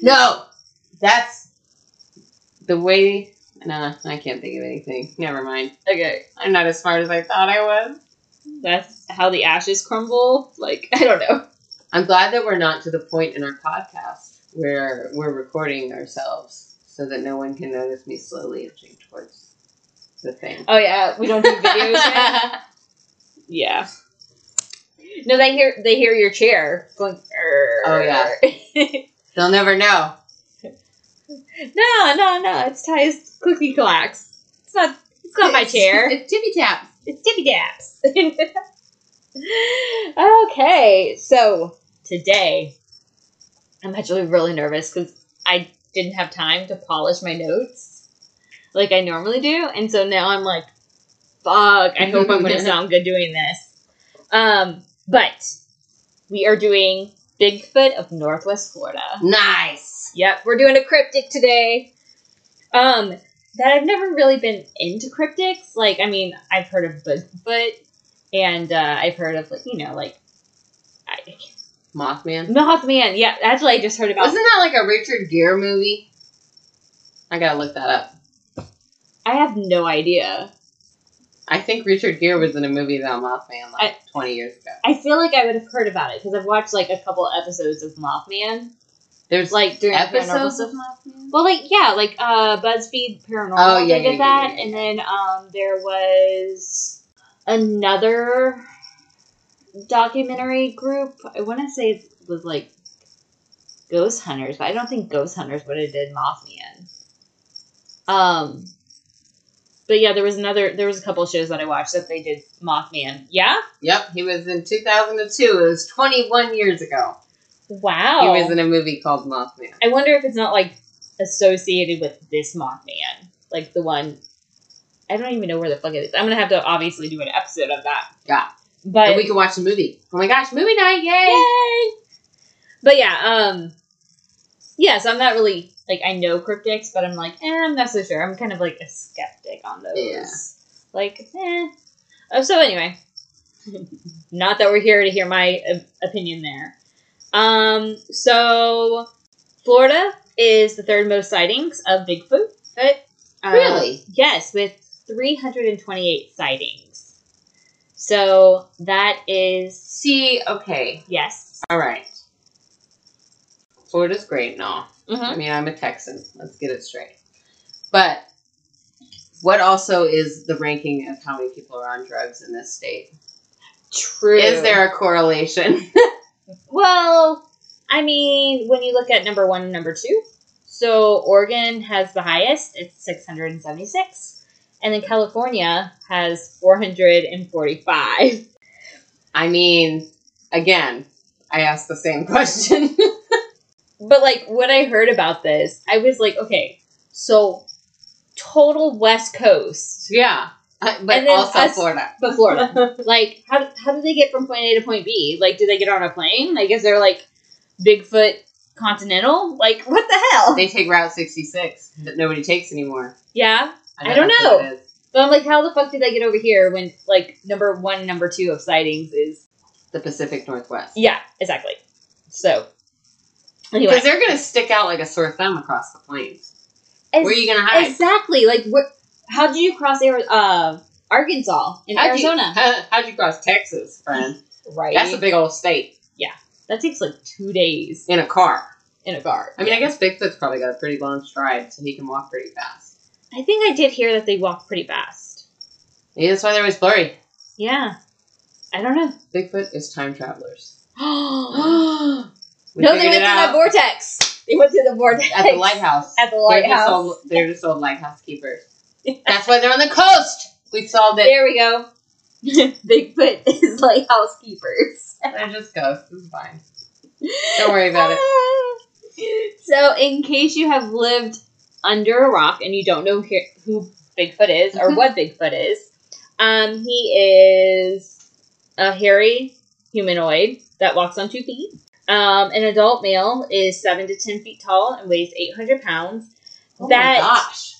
No, that's the way. Nah, I can't think of anything. Never mind.
okay,
I'm not as smart as I thought I was.
that's how the ashes crumble. Like I don't know.
I'm glad that we're not to the point in our podcast where we're recording ourselves so that no one can notice me slowly inching towards the thing.
Oh yeah, we don't do videos. yet. Yeah. No, they hear they hear your chair going.
Oh, yeah.
"Err."
They'll never know.
no, no, no. It's Ty's cookie clacks. It's not. It's not my chair.
It's tippy tap.
It's tippy taps. okay, so today I'm actually really nervous because I didn't have time to polish my notes like I normally do, and so now I'm like, fuck. I hope I'm gonna sound good doing this. Um, but we are doing Bigfoot of Northwest Florida.
Nice.
Yep, we're doing a cryptic today. Um, that I've never really been into cryptics. Like, I mean, I've heard of Bigfoot, and uh, I've heard of like you know like I,
Mothman.
Mothman. Yeah, that's what I just heard about.
Wasn't that like a Richard Gere movie? I gotta look that up.
I have no idea.
I think Richard Gere was in a movie about Mothman like 20 years ago.
I feel like I would have heard about it because I've watched like a couple episodes of Mothman.
There's like
Like during the paranormal
episodes
stuff.
of Mothman.
Well, like yeah, like uh, BuzzFeed Paranormal
Oh, yeah,
they
yeah,
did
yeah,
that,
yeah,
and then um, there was another documentary group. I want to say it was like Ghost Hunters, but I don't think Ghost Hunters would have did Mothman. Um, but yeah, there was another. There was a couple shows that I watched that they did Mothman. Yeah,
Yep, he was in 2002. It was 21 years ago.
wow. Oh.
He was in a movie called Mothman.
I wonder if it's not like associated with this Mothman, like the one. I don't even know where the fuck it is. I'm gonna have to obviously do an episode of that.
Yeah.
but
and we can watch the movie. Oh my gosh, movie night! Yay!
Yay! But yeah, um, yeah. So I'm not really like I know cryptics, but I'm like, eh, I'm not so sure. I'm kind of like a skeptic on those.
Yeah.
Like, eh. Oh, so anyway, not that we're here to hear my o- opinion there. Um, so Florida is the third most sightings of Bigfoot. Uh,
Really?
Yes, with 328 sightings. So that is
See, okay,
yes.
all right. Florida's great and all.
Mm-hmm.
I mean, I'm a Texan. Let's get it straight. But what also is the ranking of how many people are on drugs in this state?
True.
Is there a correlation?
Well, I mean, when you look at number one and number two, so Oregon has the highest, it's 676. And then California has 445.
I mean, again, I asked the same question.
But, like, when I heard about this, I was like, okay, so total West Coast,
yeah, Uh, but
And then
also
us-
Florida.
but Florida. like, how, how do they get from point A to point B? Like, do they get on a plane? Like, is there, like, Bigfoot Continental? Like, what the hell?
They take Route 66 that nobody takes anymore.
yeah. I don't
that's
know.
what it is.
But I'm like, how the fuck did I get over here when like number one, and number two of sightings is
The Pacific Northwest.
yeah, exactly. So anyway,
Because they're going to stick out like a sore thumb across the plains.
Ex-
Where are you going to hide?
exactly like what? How did you cross Ari- uh, Arkansas and
How'd you-
Arizona?
how- how'd you cross Texas, friend?
right,
That's a big old state
that takes like two days
in a car.
in a car.
I mean, I guess Bigfoot's probably got a pretty long stride, so he can walk pretty fast.
I think I did hear that they walk pretty fast.
Maybe that's why they're always blurry.
Yeah, I don't know.
Bigfoot is time travelers.
no,
no,
they went through that vortex. They went through the vortex
at the lighthouse.
At the
They're just,
lighthouse.
old, they're just old lighthouse keepers. That's why they're on the coast. We solved it.
There we go. Bigfoot is like housekeepers.
They're just ghosts. It's fine. Don't worry about it.
So, in case you have lived under a rock and you don't know he- who Bigfoot is or
Mm-hmm.
what Bigfoot is, um, he is a hairy humanoid that walks on two feet. Um, an adult male is seven to ten feet tall and weighs eight hundred pounds.
Oh
That-
my gosh.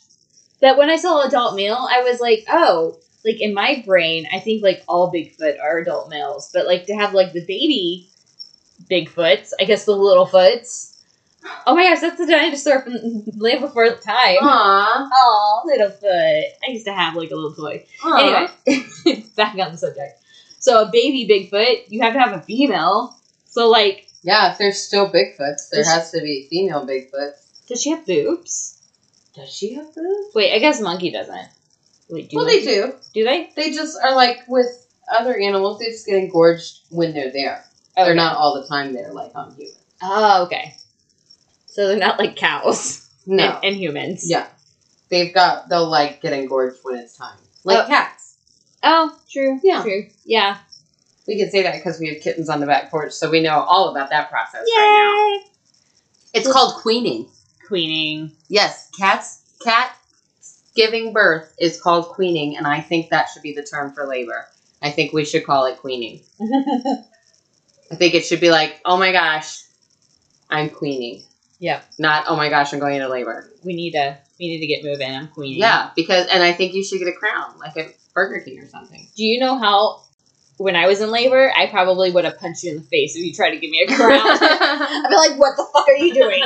That when I saw adult male, I was like, oh, like in my brain, I think like all Bigfoot are adult males, but like to have like the baby Bigfoots, I guess the little foots. Oh my gosh, that's the dinosaur from Land Before Time.
Aww.
Oh, little foot. I used to have like a little toy.
Anyway.
Anyway, back on the subject. So a baby Bigfoot, you have to have a female. So like,
Yeah, if there's still Bigfoots, there
Does-
has to be female Bigfoots.
does she have boobs?
Does she have boobs?
Wait, I guess monkey doesn't. Wait, do
well,
they
they do.
do they?
They just are like with other animals, they just get engorged when they're there.
Oh,
they're
okay.
not all the time there, like on humans.
Oh, okay. So they're not like cows.
No.
and, and humans.
yeah. They've got, they'll like get engorged when it's time. Like
Oh.
cats.
Oh, true.
Yeah.
True. Yeah.
We can say that because we have kittens on the back porch, so we know all about that process
Yay!
right now. It's called queening.
Queening.
Yes, cats, cat giving birth is called queening, and I think that should be the term for labor. I think we should call it queening. I think it should be like, oh my gosh, I'm queening.
Yeah.
Not, oh my gosh, I'm going into labor.
we need to we need to get moving. I'm queening.
Yeah, because, and I think you should get a crown, like a Burger King or something.
Do you know how when I was in labor, I probably would have punched you in the face if you tried to give me a crown. I'd be like, what the fuck are you doing?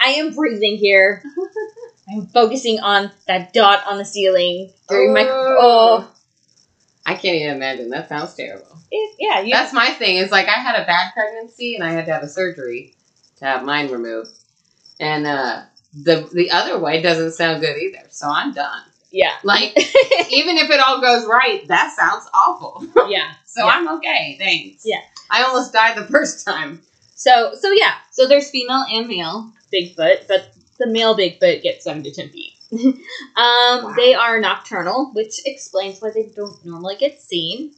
I am breathing here. I'm focusing on that dot on the ceiling during my oh
I can't even imagine. That sounds terrible.
it, yeah, you
That's my thing. Is like I had a bad pregnancy and I had to have a surgery to have mine removed, and uh, the the other way doesn't sound good either. So I'm done.
yeah.
Like even if it all goes right, that sounds awful.
Yeah.
So
Yeah.
I'm okay. Thanks.
Yeah.
I almost died the first time.
So so yeah. So there's female and male Bigfoot, but the male Bigfoot gets seven to ten feet. um, They are nocturnal, which explains why they don't normally get seen.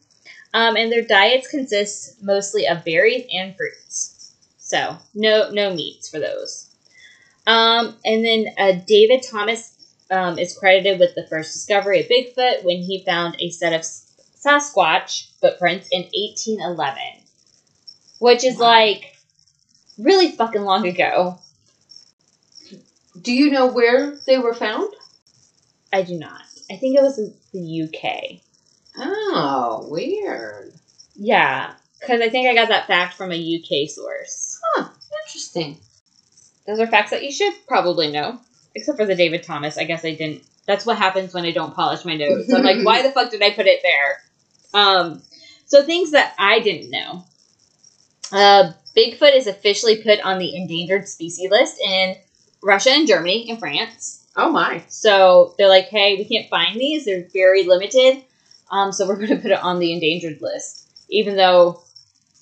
Um, and their diets consist mostly of berries and fruits. So no no meats for those. Um, and then uh, David Thomas um, is credited with the first discovery of Bigfoot when he found a set of S- Sasquatch footprints in 1811, which is
Wow.
like really fucking long ago.
Do you know where they were found?
I do not. I think it was in the UK.
Oh, weird.
Yeah, because I think I got that fact from a UK source.
Huh, interesting.
Those are facts that you should probably know, except for the David Thomas. I guess I didn't. That's what happens when I don't polish my nose. I'm like, why the fuck did I put it there? Um, so things that I didn't know. Uh, Bigfoot is officially put on the endangered species list in Russia and Germany and France.
Oh my.
So they're like, hey, we can't find these. They're very limited. Um, so we're going to put it on the endangered list, even though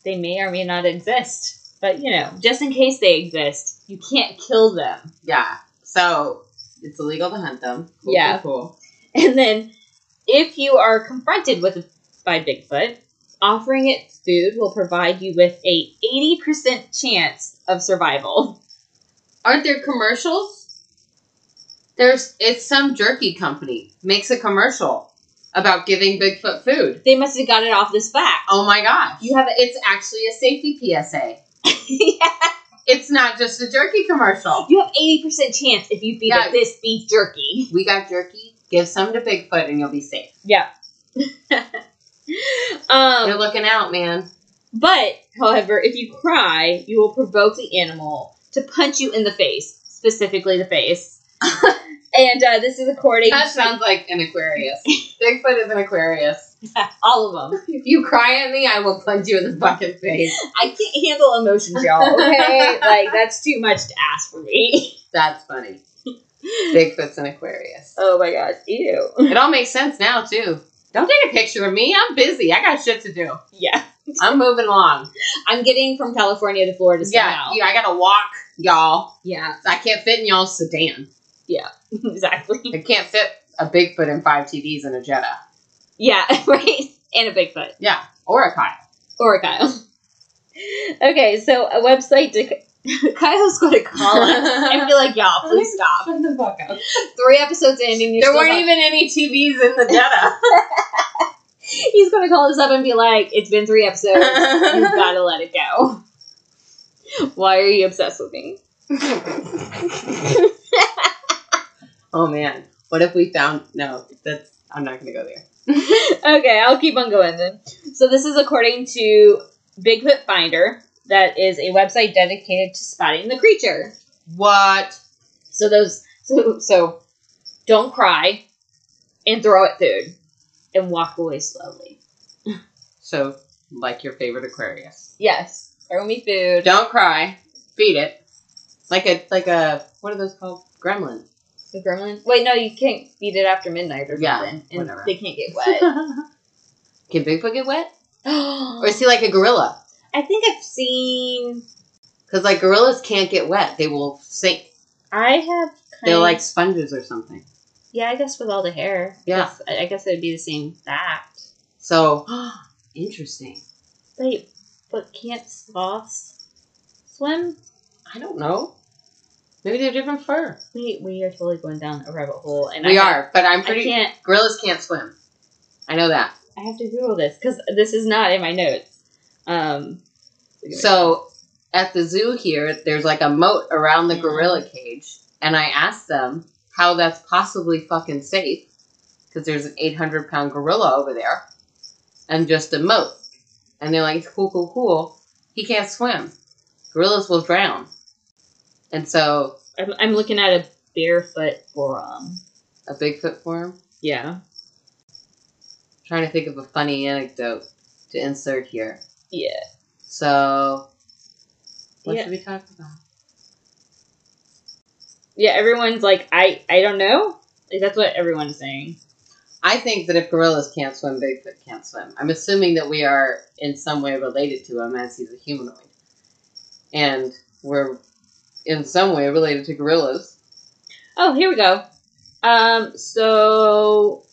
they may or may not exist. But, you know, just in case they exist, you can't kill them.
Yeah. So it's illegal to hunt them. Cool,
Yeah.
Cool.
And then if you are confronted with by Bigfoot, offering it food will provide you with a 80% chance of survival.
Aren't there commercials? There's it's some jerky company makes a commercial about giving Bigfoot food.
They must have got it off this fact.
Oh my gosh.
You have it.
It's actually a safety PSA.
yeah.
It's not just a jerky commercial.
You have 80% chance if you feed
Yeah.
it this beef jerky.
We got jerky. Give some to Bigfoot and you'll be safe.
Yeah.
They're
um,
looking out, man.
but, however, if you cry, you will provoke the animal to punch you in the face, specifically the face. and uh, this is according
That
to
sounds like an Aquarius. Bigfoot is an Aquarius.
all of them.
If you cry at me, I will punch you in the fucking face.
I can't handle emotions, y'all, okay? like, that's too much to ask for me.
That's funny. Bigfoot's an Aquarius.
Oh my gosh, ew.
It all makes sense now, too. Don't take a picture of me. I'm busy. I got shit to do.
Yeah.
I'm moving along.
I'm getting from California to Florida
Yeah,
somehow.
yeah, I gotta walk, y'all.
yeah.
I can't fit in y'all's sedan.
exactly.
I can't fit a Bigfoot and five TVs in a Jetta.
Yeah, right? And a Bigfoot.
Yeah, or a Kyle.
or Kyle. Okay, so a website to Kyle's going to call us. I feel like y'all, please stop.
the fuck up.
Three episodes in, and you're
There
still
weren't
not-
even any TVs in the Jetta.
He's going to call us up and be like, "It's been three episodes. You've got to let it go." Why are you obsessed with me?
oh man, what if we found? No, that's I'm not gonna go there.
Okay, I'll keep on going then. So this is according to Bigfoot Finder, that is a website dedicated to spotting the creature.
What?
So those so, so don't cry and throw it food and walk away slowly.
So like your favorite Aquarius.
Yes. Throw me food.
Don't cry. Feed it. Like a like a what are those called? Gremlin.
The gremlin. Wait, no, you can't feed it after midnight or
Yeah,
something. And
whatever.
they can't get wet.
Can Bigfoot get wet? Or
I
is he like a gorilla?
think I've seen
Because like gorillas can't get wet; they will sink.
I have kind
They're like sponges or something.
Yeah, I guess with all the hair.
Yeah.
Yes, I I guess it would be the same fact.
So interesting.
Wait, but can't sloths swim?
I don't know. Maybe they have different fur.
We we are totally going down a rabbit hole and
we
I
are, but I'm
I
pretty.
can't
Gorillas can't swim. I know that.
I have to Google this because this is not in my notes. Um,
So at the zoo here, there's like a moat around the
Mhm.
gorilla cage, and I asked them how that's possibly fucking safe because there's an 800 pound gorilla over there and just a moat. And they're like, cool, cool, cool. He can't swim. Gorillas will drown. And so
I'm, I'm looking at a barefoot forum.
a Bigfoot form.
Yeah.
Trying to think of a funny anecdote to insert here.
Yeah.
So, what
Yeah.
should we talk about?
Yeah. Everyone's like, I I don't know. Like, that's what everyone is saying.
I think that if gorillas can't swim, Bigfoot can't swim. I'm assuming that we are in some way related to him as he's a humanoid. And we're in some way related to gorillas.
Oh, here we go. Um, so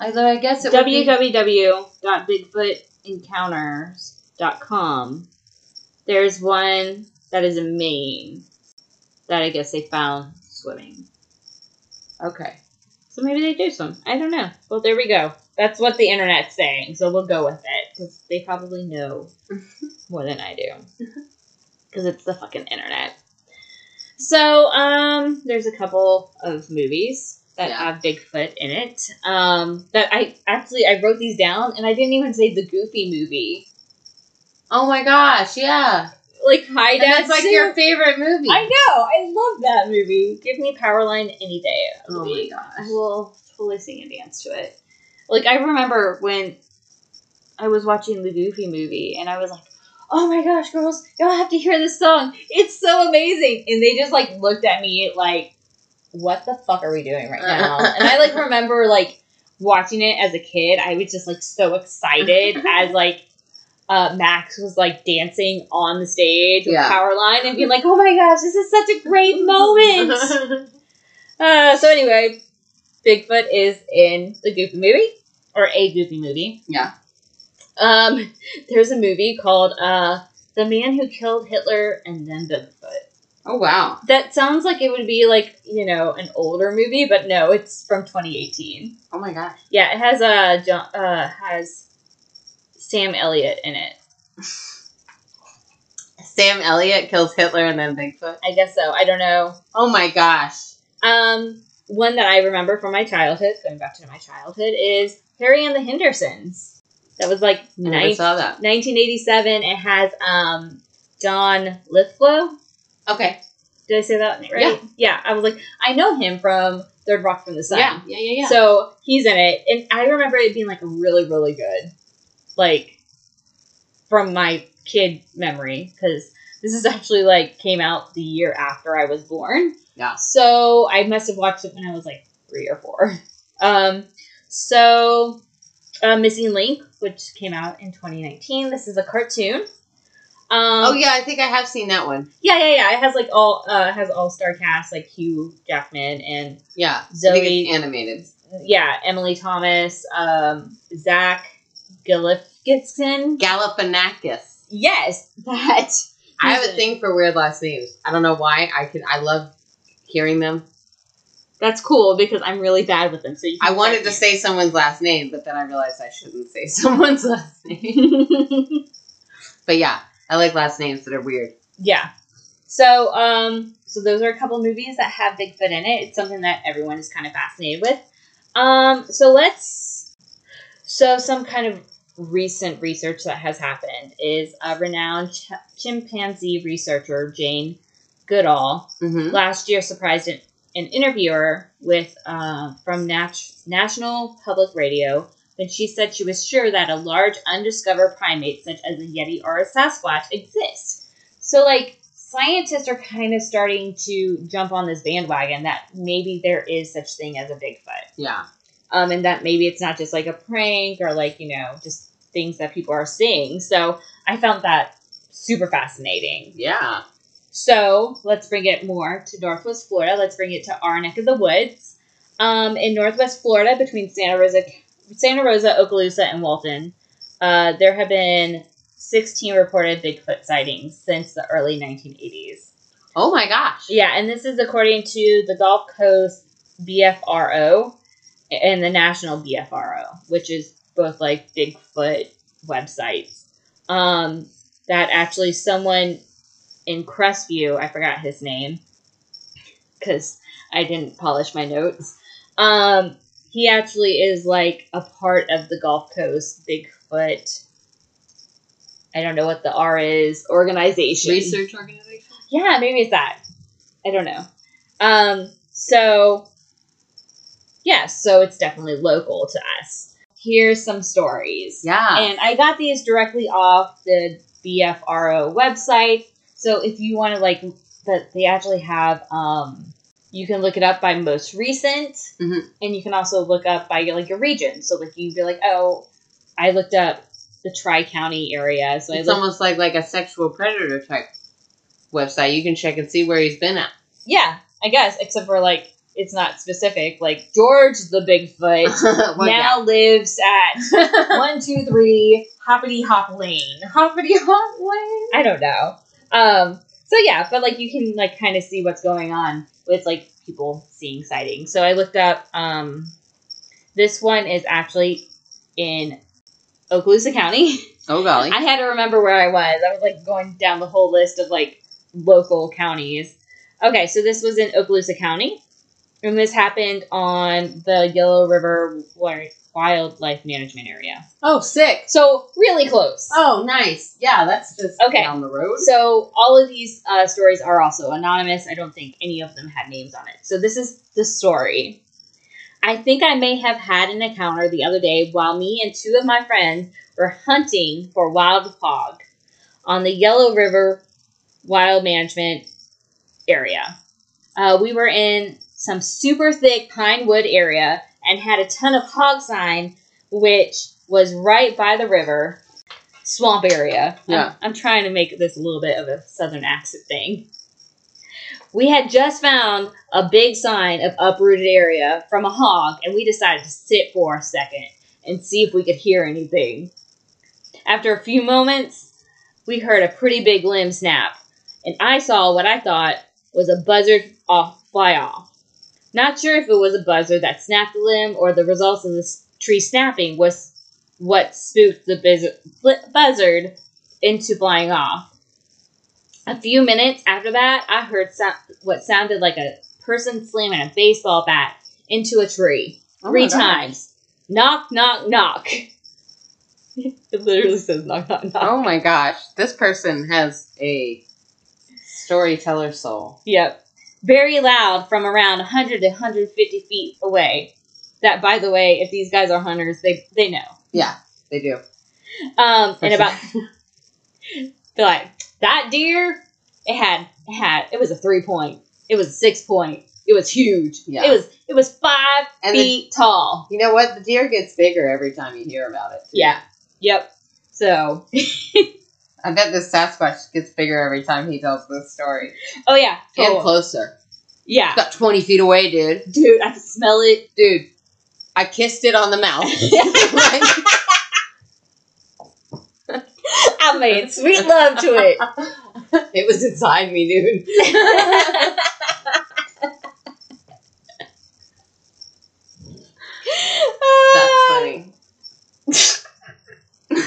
Although I guess it would
www.bigfootencounters.com. There's one that is in Maine. that I guess they found swimming.
Okay.
So maybe they do swim. I don't know. Well, there we go. That's what the internet's saying, so we'll go with it because they probably know more than I do because it's the fucking internet. So um, there's a couple of movies that
Yeah.
have Bigfoot in it. Um, that I actually I wrote these down and I didn't even say the Goofy movie.
Oh my gosh, yeah.
Like High
And
Dad
that's like
Sue-
your favorite movie.
I know. I love that movie. Give me Powerline any day. of the
Oh my
week. I
gosh.
will totally sing and dance to it. Like I remember when I was watching the Goofy movie, and I was like, "Oh my gosh, girls, y'all have to hear this song. It's so amazing!" And they just like looked at me like, "What the fuck are we doing right now?" and I like remember like watching it as a kid. I was just like so excited as like uh, Max was like dancing on the stage with
Yeah.
Powerline and being like, "Oh my gosh, this is such a great moment!" Uh, so anyway, Bigfoot is in the Goofy movie or a Goofy movie.
Yeah.
Um, there's a movie called uh, "The Man Who Killed Hitler and Then Bigfoot."
oh wow.
That sounds like it would be like you know an older movie, but no, it's from 2018.
Oh my gosh.
Yeah, it has uh, John, uh has Sam Elliott in it.
Sam Elliott kills Hitler and then Bigfoot.
I guess so. I don't know.
Oh my gosh.
Um, one that I remember from my childhood, going back to my childhood, is Harry and the Hendersons. That was like
I never
nice.
saw that.
1987. It has um, Don Lithgow.
Okay.
Did I say that right?
Yeah.
Yeah. I was like, I know him from Third Rock from the Sun.
Yeah. Yeah. Yeah. Yeah.
So he's in it, and I remember it being like really, really good, like from my kid memory, because this is actually like came out the year after I was born.
Yeah.
So I must have watched it when I was like three or four. Um, so uh, Missing Link, which came out in 2019, this is a cartoon. Um,
oh yeah, I think I have seen that one.
yeah, yeah, yeah. It has like all uh, has all star cast like Hugh Jackman and
Yeah. I think
Zoe-
it's animated.
yeah, Emily Thomas, um, Zach Galifianakis.
Galifianakis.
Yes, that.
I have
He's
a
in-
thing for weird last names. I don't know why. I could. I love hearing them.
That's cool because I'm really bad with them. So you
I
can
wanted to
correct
say someone's last name, but then I realized I shouldn't say someone's last name.
me.
But yeah, I like last names that are weird.
yeah. So, um, so those are a couple movies that have Bigfoot in it. It's something that everyone is kind of fascinated with. Um, so let's. So some kind of recent research that has happened is a renowned ch- chimpanzee researcher Jane Goodall
Mm-hmm.
last year surprised an, an interviewer with uh, from Nat- National Public Radio when she said she was sure that a large undiscovered primate such as a yeti or a sasquatch exists. So like scientists are kind of starting to jump on this bandwagon that maybe there is such thing as a Bigfoot.
Yeah.
Um, and that maybe it's not just like a prank or like, you know, just things that people are seeing. So I found that super fascinating.
Yeah.
So let's bring it more to Northwest Florida. Let's bring it to our neck of the woods. Um, in Northwest Florida, between Santa Rosa, Santa Rosa, Okaloosa, and Walton, uh, there have been 16 reported Bigfoot sightings since the early 1980s.
Oh my gosh.
Yeah, and this is according to the Gulf Coast BFRO and the National BFRO, which is both like Bigfoot websites. Um, that actually someone in Crestview, I forgot his name because I didn't polish my notes. Um, he actually is like a part of the Gulf Coast Bigfoot. I don't know what the R is organization.
Research organization.
Yeah, maybe it's that. I don't know. Um, so yeah, so it's definitely local to us. Here's some stories.
Yeah.
And I got these directly off the BFRO website. So if you want to like that they actually have um you can look it up by most recent
Mhm.
and you can also look up by like your region. So like you'd be like, "Oh, I looked up the Tri-County area." So I
it's
looked
almost like like a sexual predator type website. You can check and see where he's been at.
Yeah, I guess, except for like it's not specific. Like George the Bigfoot
Well, yeah.
now lives at one two three Hoppity Hop Lane.
Hoppity hop lane.
I don't know. Um, so So yeah, but like you can like kind of see what's going on with like people seeing sightings. So I looked up um this one is actually in Okaloosa County.
Oh golly.
I had to remember where I was. I was like going down the whole list of like local counties. Okay, so this was in Okaloosa County, and this happened on the Yellow River Wi- Wildlife Management Area.
oh sick.
So really close.
Oh nice. Yeah, that's just
Okay.
down the road.
So all of these uh, stories are also anonymous. I don't think any of them had names on it. So this is the story. I think I may have had an encounter the other day while me and two of my friends were hunting for wild hog on the Yellow River Wild Management area. Uh, we were in some super thick pine wood area and had a ton of hog sign, which was right by the river swamp area. I'm-
Yeah.
I'm, trying to make this a little bit of a southern accent thing. We had just found a big sign of uprooted area from a hog, and we decided to sit for a second and see if we could hear anything. After a few moments, we heard a pretty big limb snap, and I saw what I thought was a buzzard off fly off. Not sure if it was a buzzard that snapped the limb or the results of the s- tree snapping was what spooked the biz- fli- buzzard into flying off. A few minutes after that, I heard so- what sounded like a person slamming a baseball bat into a tree
Oh my
three
God.
times. Knock, knock, knock. it literally says knock, knock, knock.
Oh my gosh. This person has a storyteller soul.
Yep. Very loud from around 100 to 150 feet away. That, by the way, if these guys are hunters, they they know.
Yeah, they do.
Um,
For
and
sure.
about they're like that deer, it had it had it was a three point, it was a six point, it was huge.
Yeah.
It was it was five
And the-
feet tall.
You know what? The deer gets bigger every time you hear about it. too.
Yeah. Yep. So
I bet the Sasquatch gets bigger every time he tells this story.
oh yeah,
And
total.
closer.
yeah,
About 20 feet away, dude.
dude, I can smell it.
Dude, I kissed it on the mouth. Like,
I made sweet love to it.
it was inside me, dude. That's funny.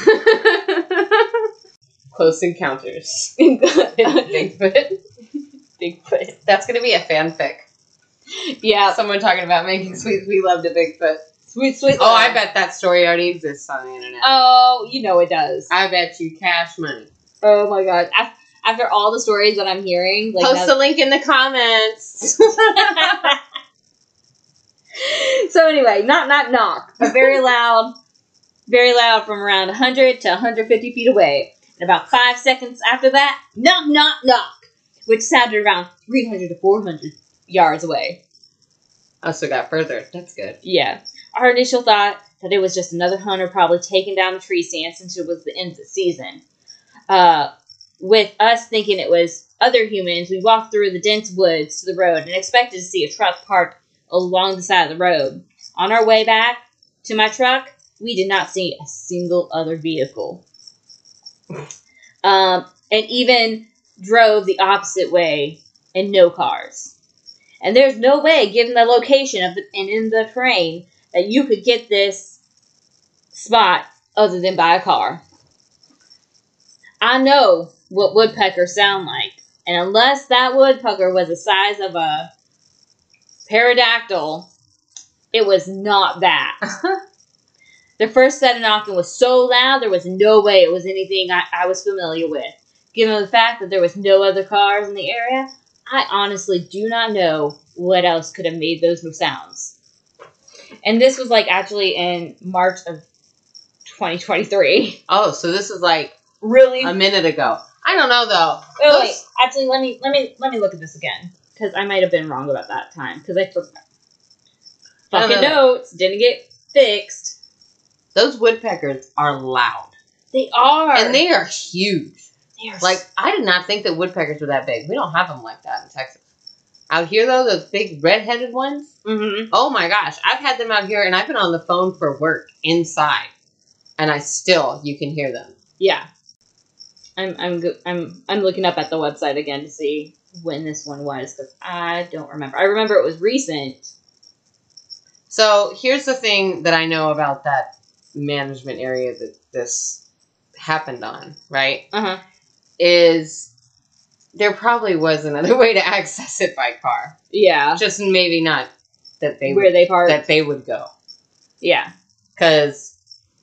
Close encounters. Bigfoot.
Bigfoot.
That's going to be a fanfic.
Yeah.
Someone talking about making sweet, sweet love to Bigfoot.
Sweet, sweet.
Oh, I
love.
bet that story already exists on the internet.
Oh, you know it does.
I bet you cash money.
Oh my god. Af- After all the stories that I'm hearing, like
Post the link in the comments.
now- so anyway, knock, knock, knock. A very loud, very loud from around 100 to 150 feet away. And about five seconds after that, knock, knock, knock, which sounded around 300 to 400 yards away.
I still got further. That's good.
Yeah. Our initial thought that it was just another hunter probably taking down a tree stand since it was the end of the season. Uh, with us thinking it was other humans, we walked through the dense woods to the road and expected to see a truck parked along the side of the road. On our way back to my truck, we did not see a single other vehicle. Um, and even drove the opposite way and no cars. And there's no way, given the location of the and in the terrain, that you could get this spot other than by a car. I know what woodpeckers sound like, and unless that woodpecker was the size of a pterodactyl, it was not that. the first set of knocking was so loud there was no way it was anything I, I was familiar with. Given the fact that there was no other cars in the area, I honestly do not know what else could have made those sounds. And this was like actually in March of 2023.
Oh, so this is like
Really?
a minute ago. I don't know though.
oh, wait, actually, let me let me let me look at this again because I might have been wrong about that time because I took
I don't
fucking
know.
notes didn't get fixed.
Those, those woodpeckers are loud
They are
and they are huge.
They are
Like I did not think that woodpeckers were that big. We don't have them like that in Texas. Out here though, those big red-headed ones.
Mhm.
Oh my gosh, I've had them out here, and I've been on the phone for work inside, and I still you can hear them.
yeah. I'm I'm go- I'm I'm looking up at the website again to see when this one was because I don't remember. I remember it was recent.
So here's the thing that I know about that management area that this happened on, right?
Uh huh.
Is there probably was another way to access it by car.
Yeah.
Just maybe not that they
Where
would,
they parked.
that they would go.
yeah.
Cuz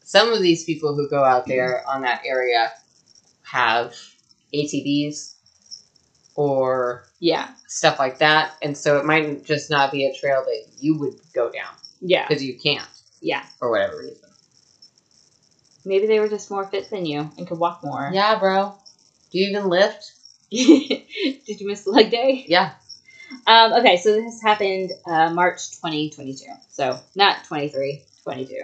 some of these people who go out there on that area have ATVs or
Yeah.
stuff like that, and so it might just not be a trail that you would go down
Yeah.
cuz you can't
Yeah.
for whatever reason.
Maybe they were just more fit than you and could walk more.
Yeah, bro. Do you even lift?
Did you miss the leg day?
Yeah.
Um, okay, so this happened uh, March 2022. So not 23, 22.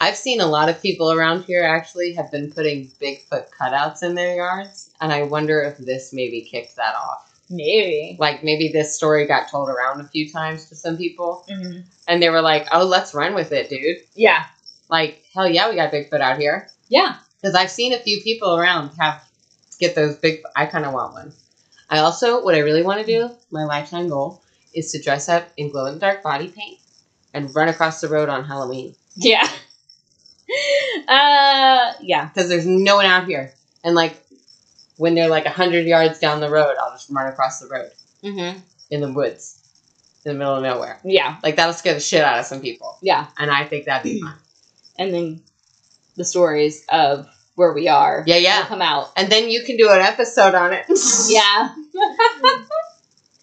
I've seen a lot of people around here actually have been putting Bigfoot cutouts in their yards, and I wonder if this maybe kicked that off.
Maybe.
Like maybe this story got told around a few times to some people,
hmm
and they were like, "Oh, let's run with it, dude!"
Yeah.
Like, hell yeah, we got Bigfoot out here.
Yeah.
Because I've seen a few people around have get those big. I kind of want one. I also, what I really want to do, my lifetime goal, is to dress up in glow in the dark body paint and run across the road on Halloween.
Yeah. uh, yeah.
because there's no one out here. And like when they're like hundred yards down the road, I'll just run across the road
Mm-hmm.
in the woods, in the middle of nowhere.
Yeah.
Like that'll scare the shit out of some people,
Yeah.
and I think that'd be fun.
And then the stories of where we are.
Yeah, yeah.
will Come out.
And then you can do an episode on it.
Yeah.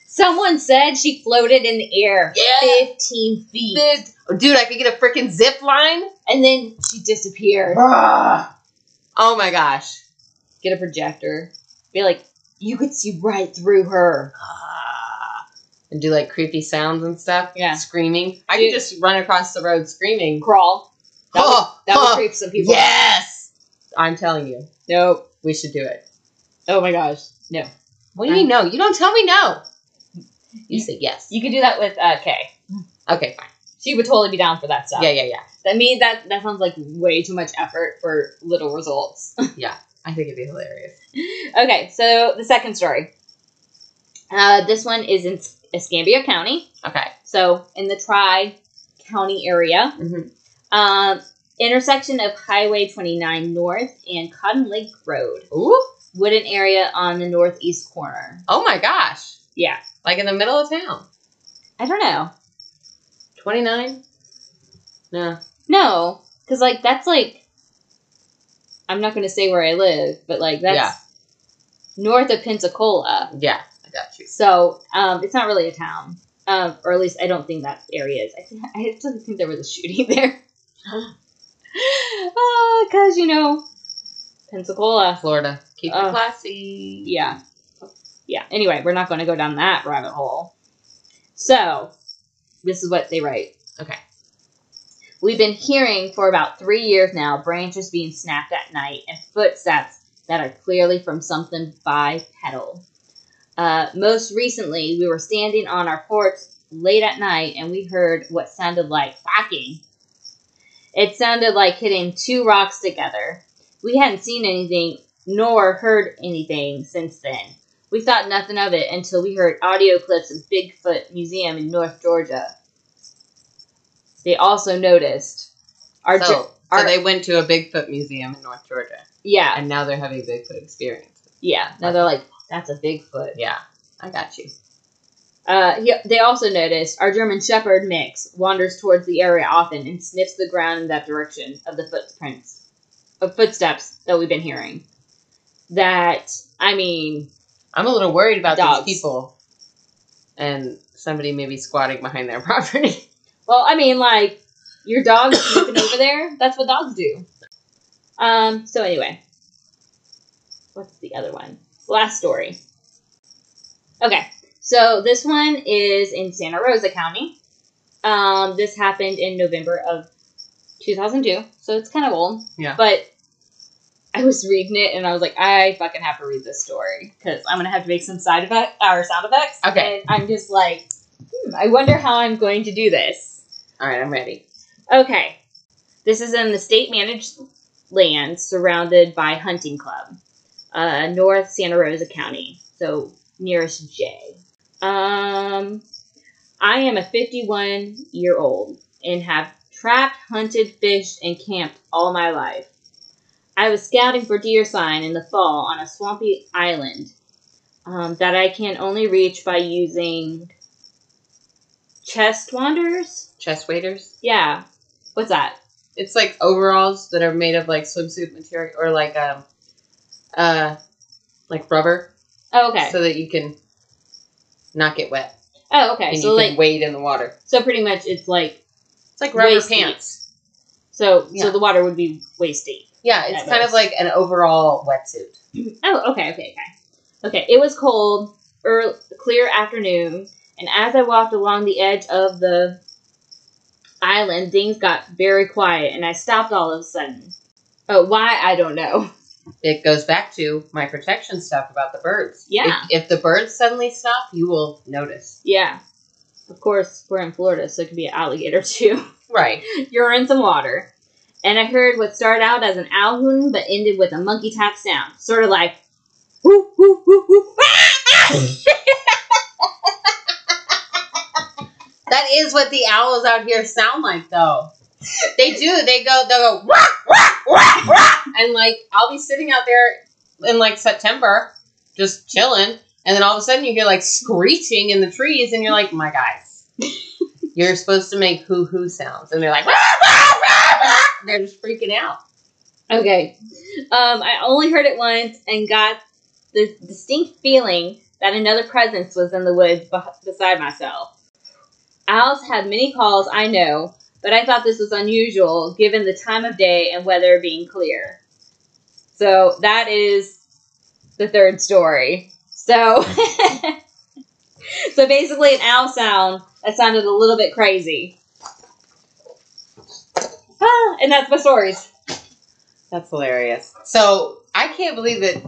Someone said she floated in the air
Yeah.
15 feet.
Dude, oh, dude, I could get a freaking zip line.
And then she disappeared. Ah.
oh my gosh.
get a projector. Be like, you could see right through her.
Ah. And do like creepy sounds and stuff.
Yeah.
Screaming. I
Dude.
could just run across the road screaming.
Crawl. That,
Oh,
would, that
oh,
would creep some people. out.
Yes. I'm telling you,
Nope.
we should do it.
Oh my gosh. No.
What do you mean no? You don't tell me no. You
You-
say yes.
You could do that with uh, Kay.
Okay, fine.
She would totally be down for that stuff.
Yeah, yeah, yeah.
I mean, that that sounds like way too much effort for little results.
I think it'd be hilarious.
okay, so the second story. Uh, this one is in S- Escambia County,
Okay.
so in the Tri County area.
Mhm.
Um, intersection of Highway 29 North and Cotton Lake Road.
Ooh.
wooden area on the northeast corner.
Oh my gosh.
Yeah.
Like in the middle of town.
I don't know.
29? No.
No, because like that's like I'm not gonna say where I live, but like that's
Yeah.
north of Pensacola.
Yeah, I got you.
So um, it's not really a town, um, or at least I don't think that area is. I think I still think there was a shooting there. oh, cause you know Pensacola.
Florida. Keep it
Ugh.
classy.
Yeah. Yeah. Anyway, we're not going to go down that rabbit hole. So, this is what they write.
Okay.
We've been hearing for about three years now branches being snapped at night and footsteps that are clearly from something bipedal. Uh, most recently, we were standing on our porch late at night and we heard what sounded like whacking. It sounded like hitting two rocks together. We hadn't seen anything nor heard anything since then. We thought nothing of it until we heard audio clips of Bigfoot Museum in North Georgia. They also noticed our
so,
dr-
so
our-
they went to a Bigfoot museum in North Georgia,
yeah
and now they're having Bigfoot experiences.
yeah. Now they're like that's a Bigfoot.
Yeah, I got you.
Uh, he, they also noticed our German Shepherd mix wanders towards the area often and sniffs the ground in that direction of the footprints of footsteps that we've been hearing. That I mean,
I'm a little worried about
Dogs.
these people, and somebody maybe squatting behind their property.
well, I mean like your dog's sniffing over there. That's what dogs do. Um. So anyway, what's the other one? Last story. Okay, so this one is in Santa Rosa County. Um, this happened in November of 2002, so it's kind of old.
Yeah.
But I was reading it and I was like, I fucking have to read this story because I'm gonna have to make some side effect or sound effects.
Okay.
And I'm just like, hmm, I wonder how I'm going to do this.
All right, I'm ready.
Okay, this is in the state managed land surrounded by Hunting Club, uh, North Santa Rosa County, so nearest J. Um, I am a 51 year old and have trapped, hunted, fished, and camped all my life. I was scouting for deer sign in the fall on a swampy island um, that I can only reach by using chest wanders.
Chest waders.
Yeah, what's that?
It's like overalls that are made of like swimsuit material or like um uh like rubber,
Oh, okay.
so that you can not get wet
oh, okay.
and
So
you
like,
can wade in the water.
so pretty much it's like
It's like rubber
Waist deep.
pants.
so
Yeah.
so the water would be waist deep.
Yeah, it's
At
kind of
most.
like an overall wetsuit.
Oh, okay, okay, okay. Okay, it was cold, early, clear afternoon, and as I walked along the edge of the island, things got very quiet, and I stopped all of a sudden. Oh, why? I don't know.
It goes back to my protection stuff about the birds.
Yeah.
If, if the birds suddenly stop, you will notice.
Yeah. Of course, we're in Florida, so it could be an alligator too.
Right.
You're in some water. And I heard what started out as an owl hoon, but ended with a monkey tap sound. Sort of like, whoop, whoop, whoop, whoop.
That is what the owls out here sound like, though. They do. They go. They will go. Wah, wah, wah, wah. And like, I'll be sitting out there in like September, just chilling, and then all of a sudden you hear like screeching in the trees, and you're like, "My guys, you're supposed to make hoo hoo sounds," and they're like, wah, wah, wah, wah. "They're just freaking out."
Okay. Um, I only heard it once and got this distinct feeling that another presence was in the woods beh- beside myself. Owls had many calls, I know, but I thought this was unusual given the time of day and weather being clear. So that is the third story. So, so basically, an owl sound that sounded a little bit crazy. Ah, and that's my stories.
That's hilarious. So I can't believe that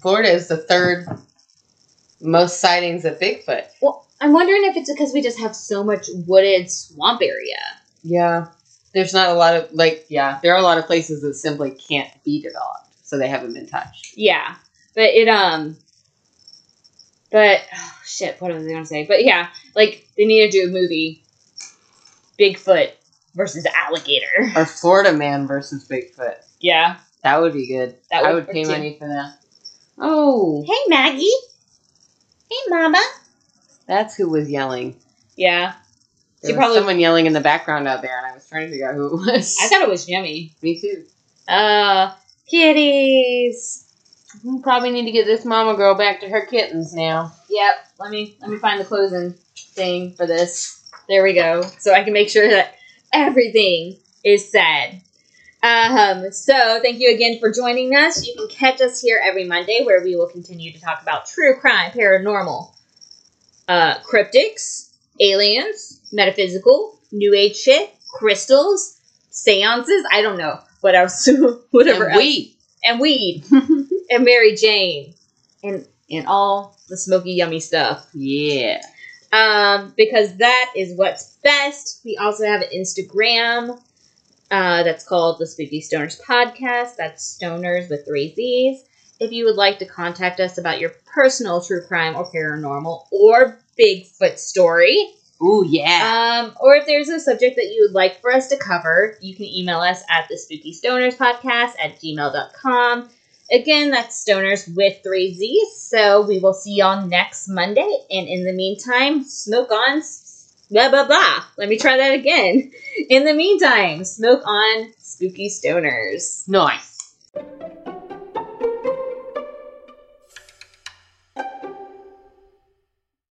Florida is the third most sightings of Bigfoot.
I'm wondering if it's because we just have so much wooded swamp area.
Yeah. There's not a lot of like yeah, there are a lot of places that simply can't be developed, so they haven't been touched.
Yeah, but it um, but oh, shit, what was I gonna say? But yeah, like they need to do a movie, Bigfoot versus alligator.
Or Florida man versus Bigfoot.
Yeah,
That would be good.
That
I
would
would pay
work, too.
money for that. Oh,
Hey Maggie. Hey Mama.
that's who was yelling.
Yeah,
There
She
was
probably-
someone yelling in the background out there, and I was trying to figure out who it was.
I thought it was yummy.
Me too.
Uh, kitties.
We probably need to get this mama girl back to her kittens now.
Yep. Let me let me find the closing thing for this. There we go. So I can make sure that everything is said. Um, so thank you again for joining us. You can catch us here every Monday where we will continue to talk about true crime, paranormal, uh, cryptics, aliens, metaphysical, new age shit, crystals, seances, I don't know, what else whatever
And
else
we
and weed and Mary Jane and and all the smoky yummy stuff.
Yeah.
Um, because that is what's best. We also have an Instagram uh, that's called the Spooky Stoners Podcast. That's stoners with three Z's. If you would like to contact us about your personal true crime or paranormal or Bigfoot story,
Ooh yeah.
um, or if there's a subject that you would like for us to cover, you can email us at the spooky stoners podcast at gmail.com. Again, that's stoners with three Z's. So we will see y'all next Monday. And in the meantime, smoke on, s- blah, blah, blah. Let me try that again. In the meantime, smoke on spooky stoners.
nice.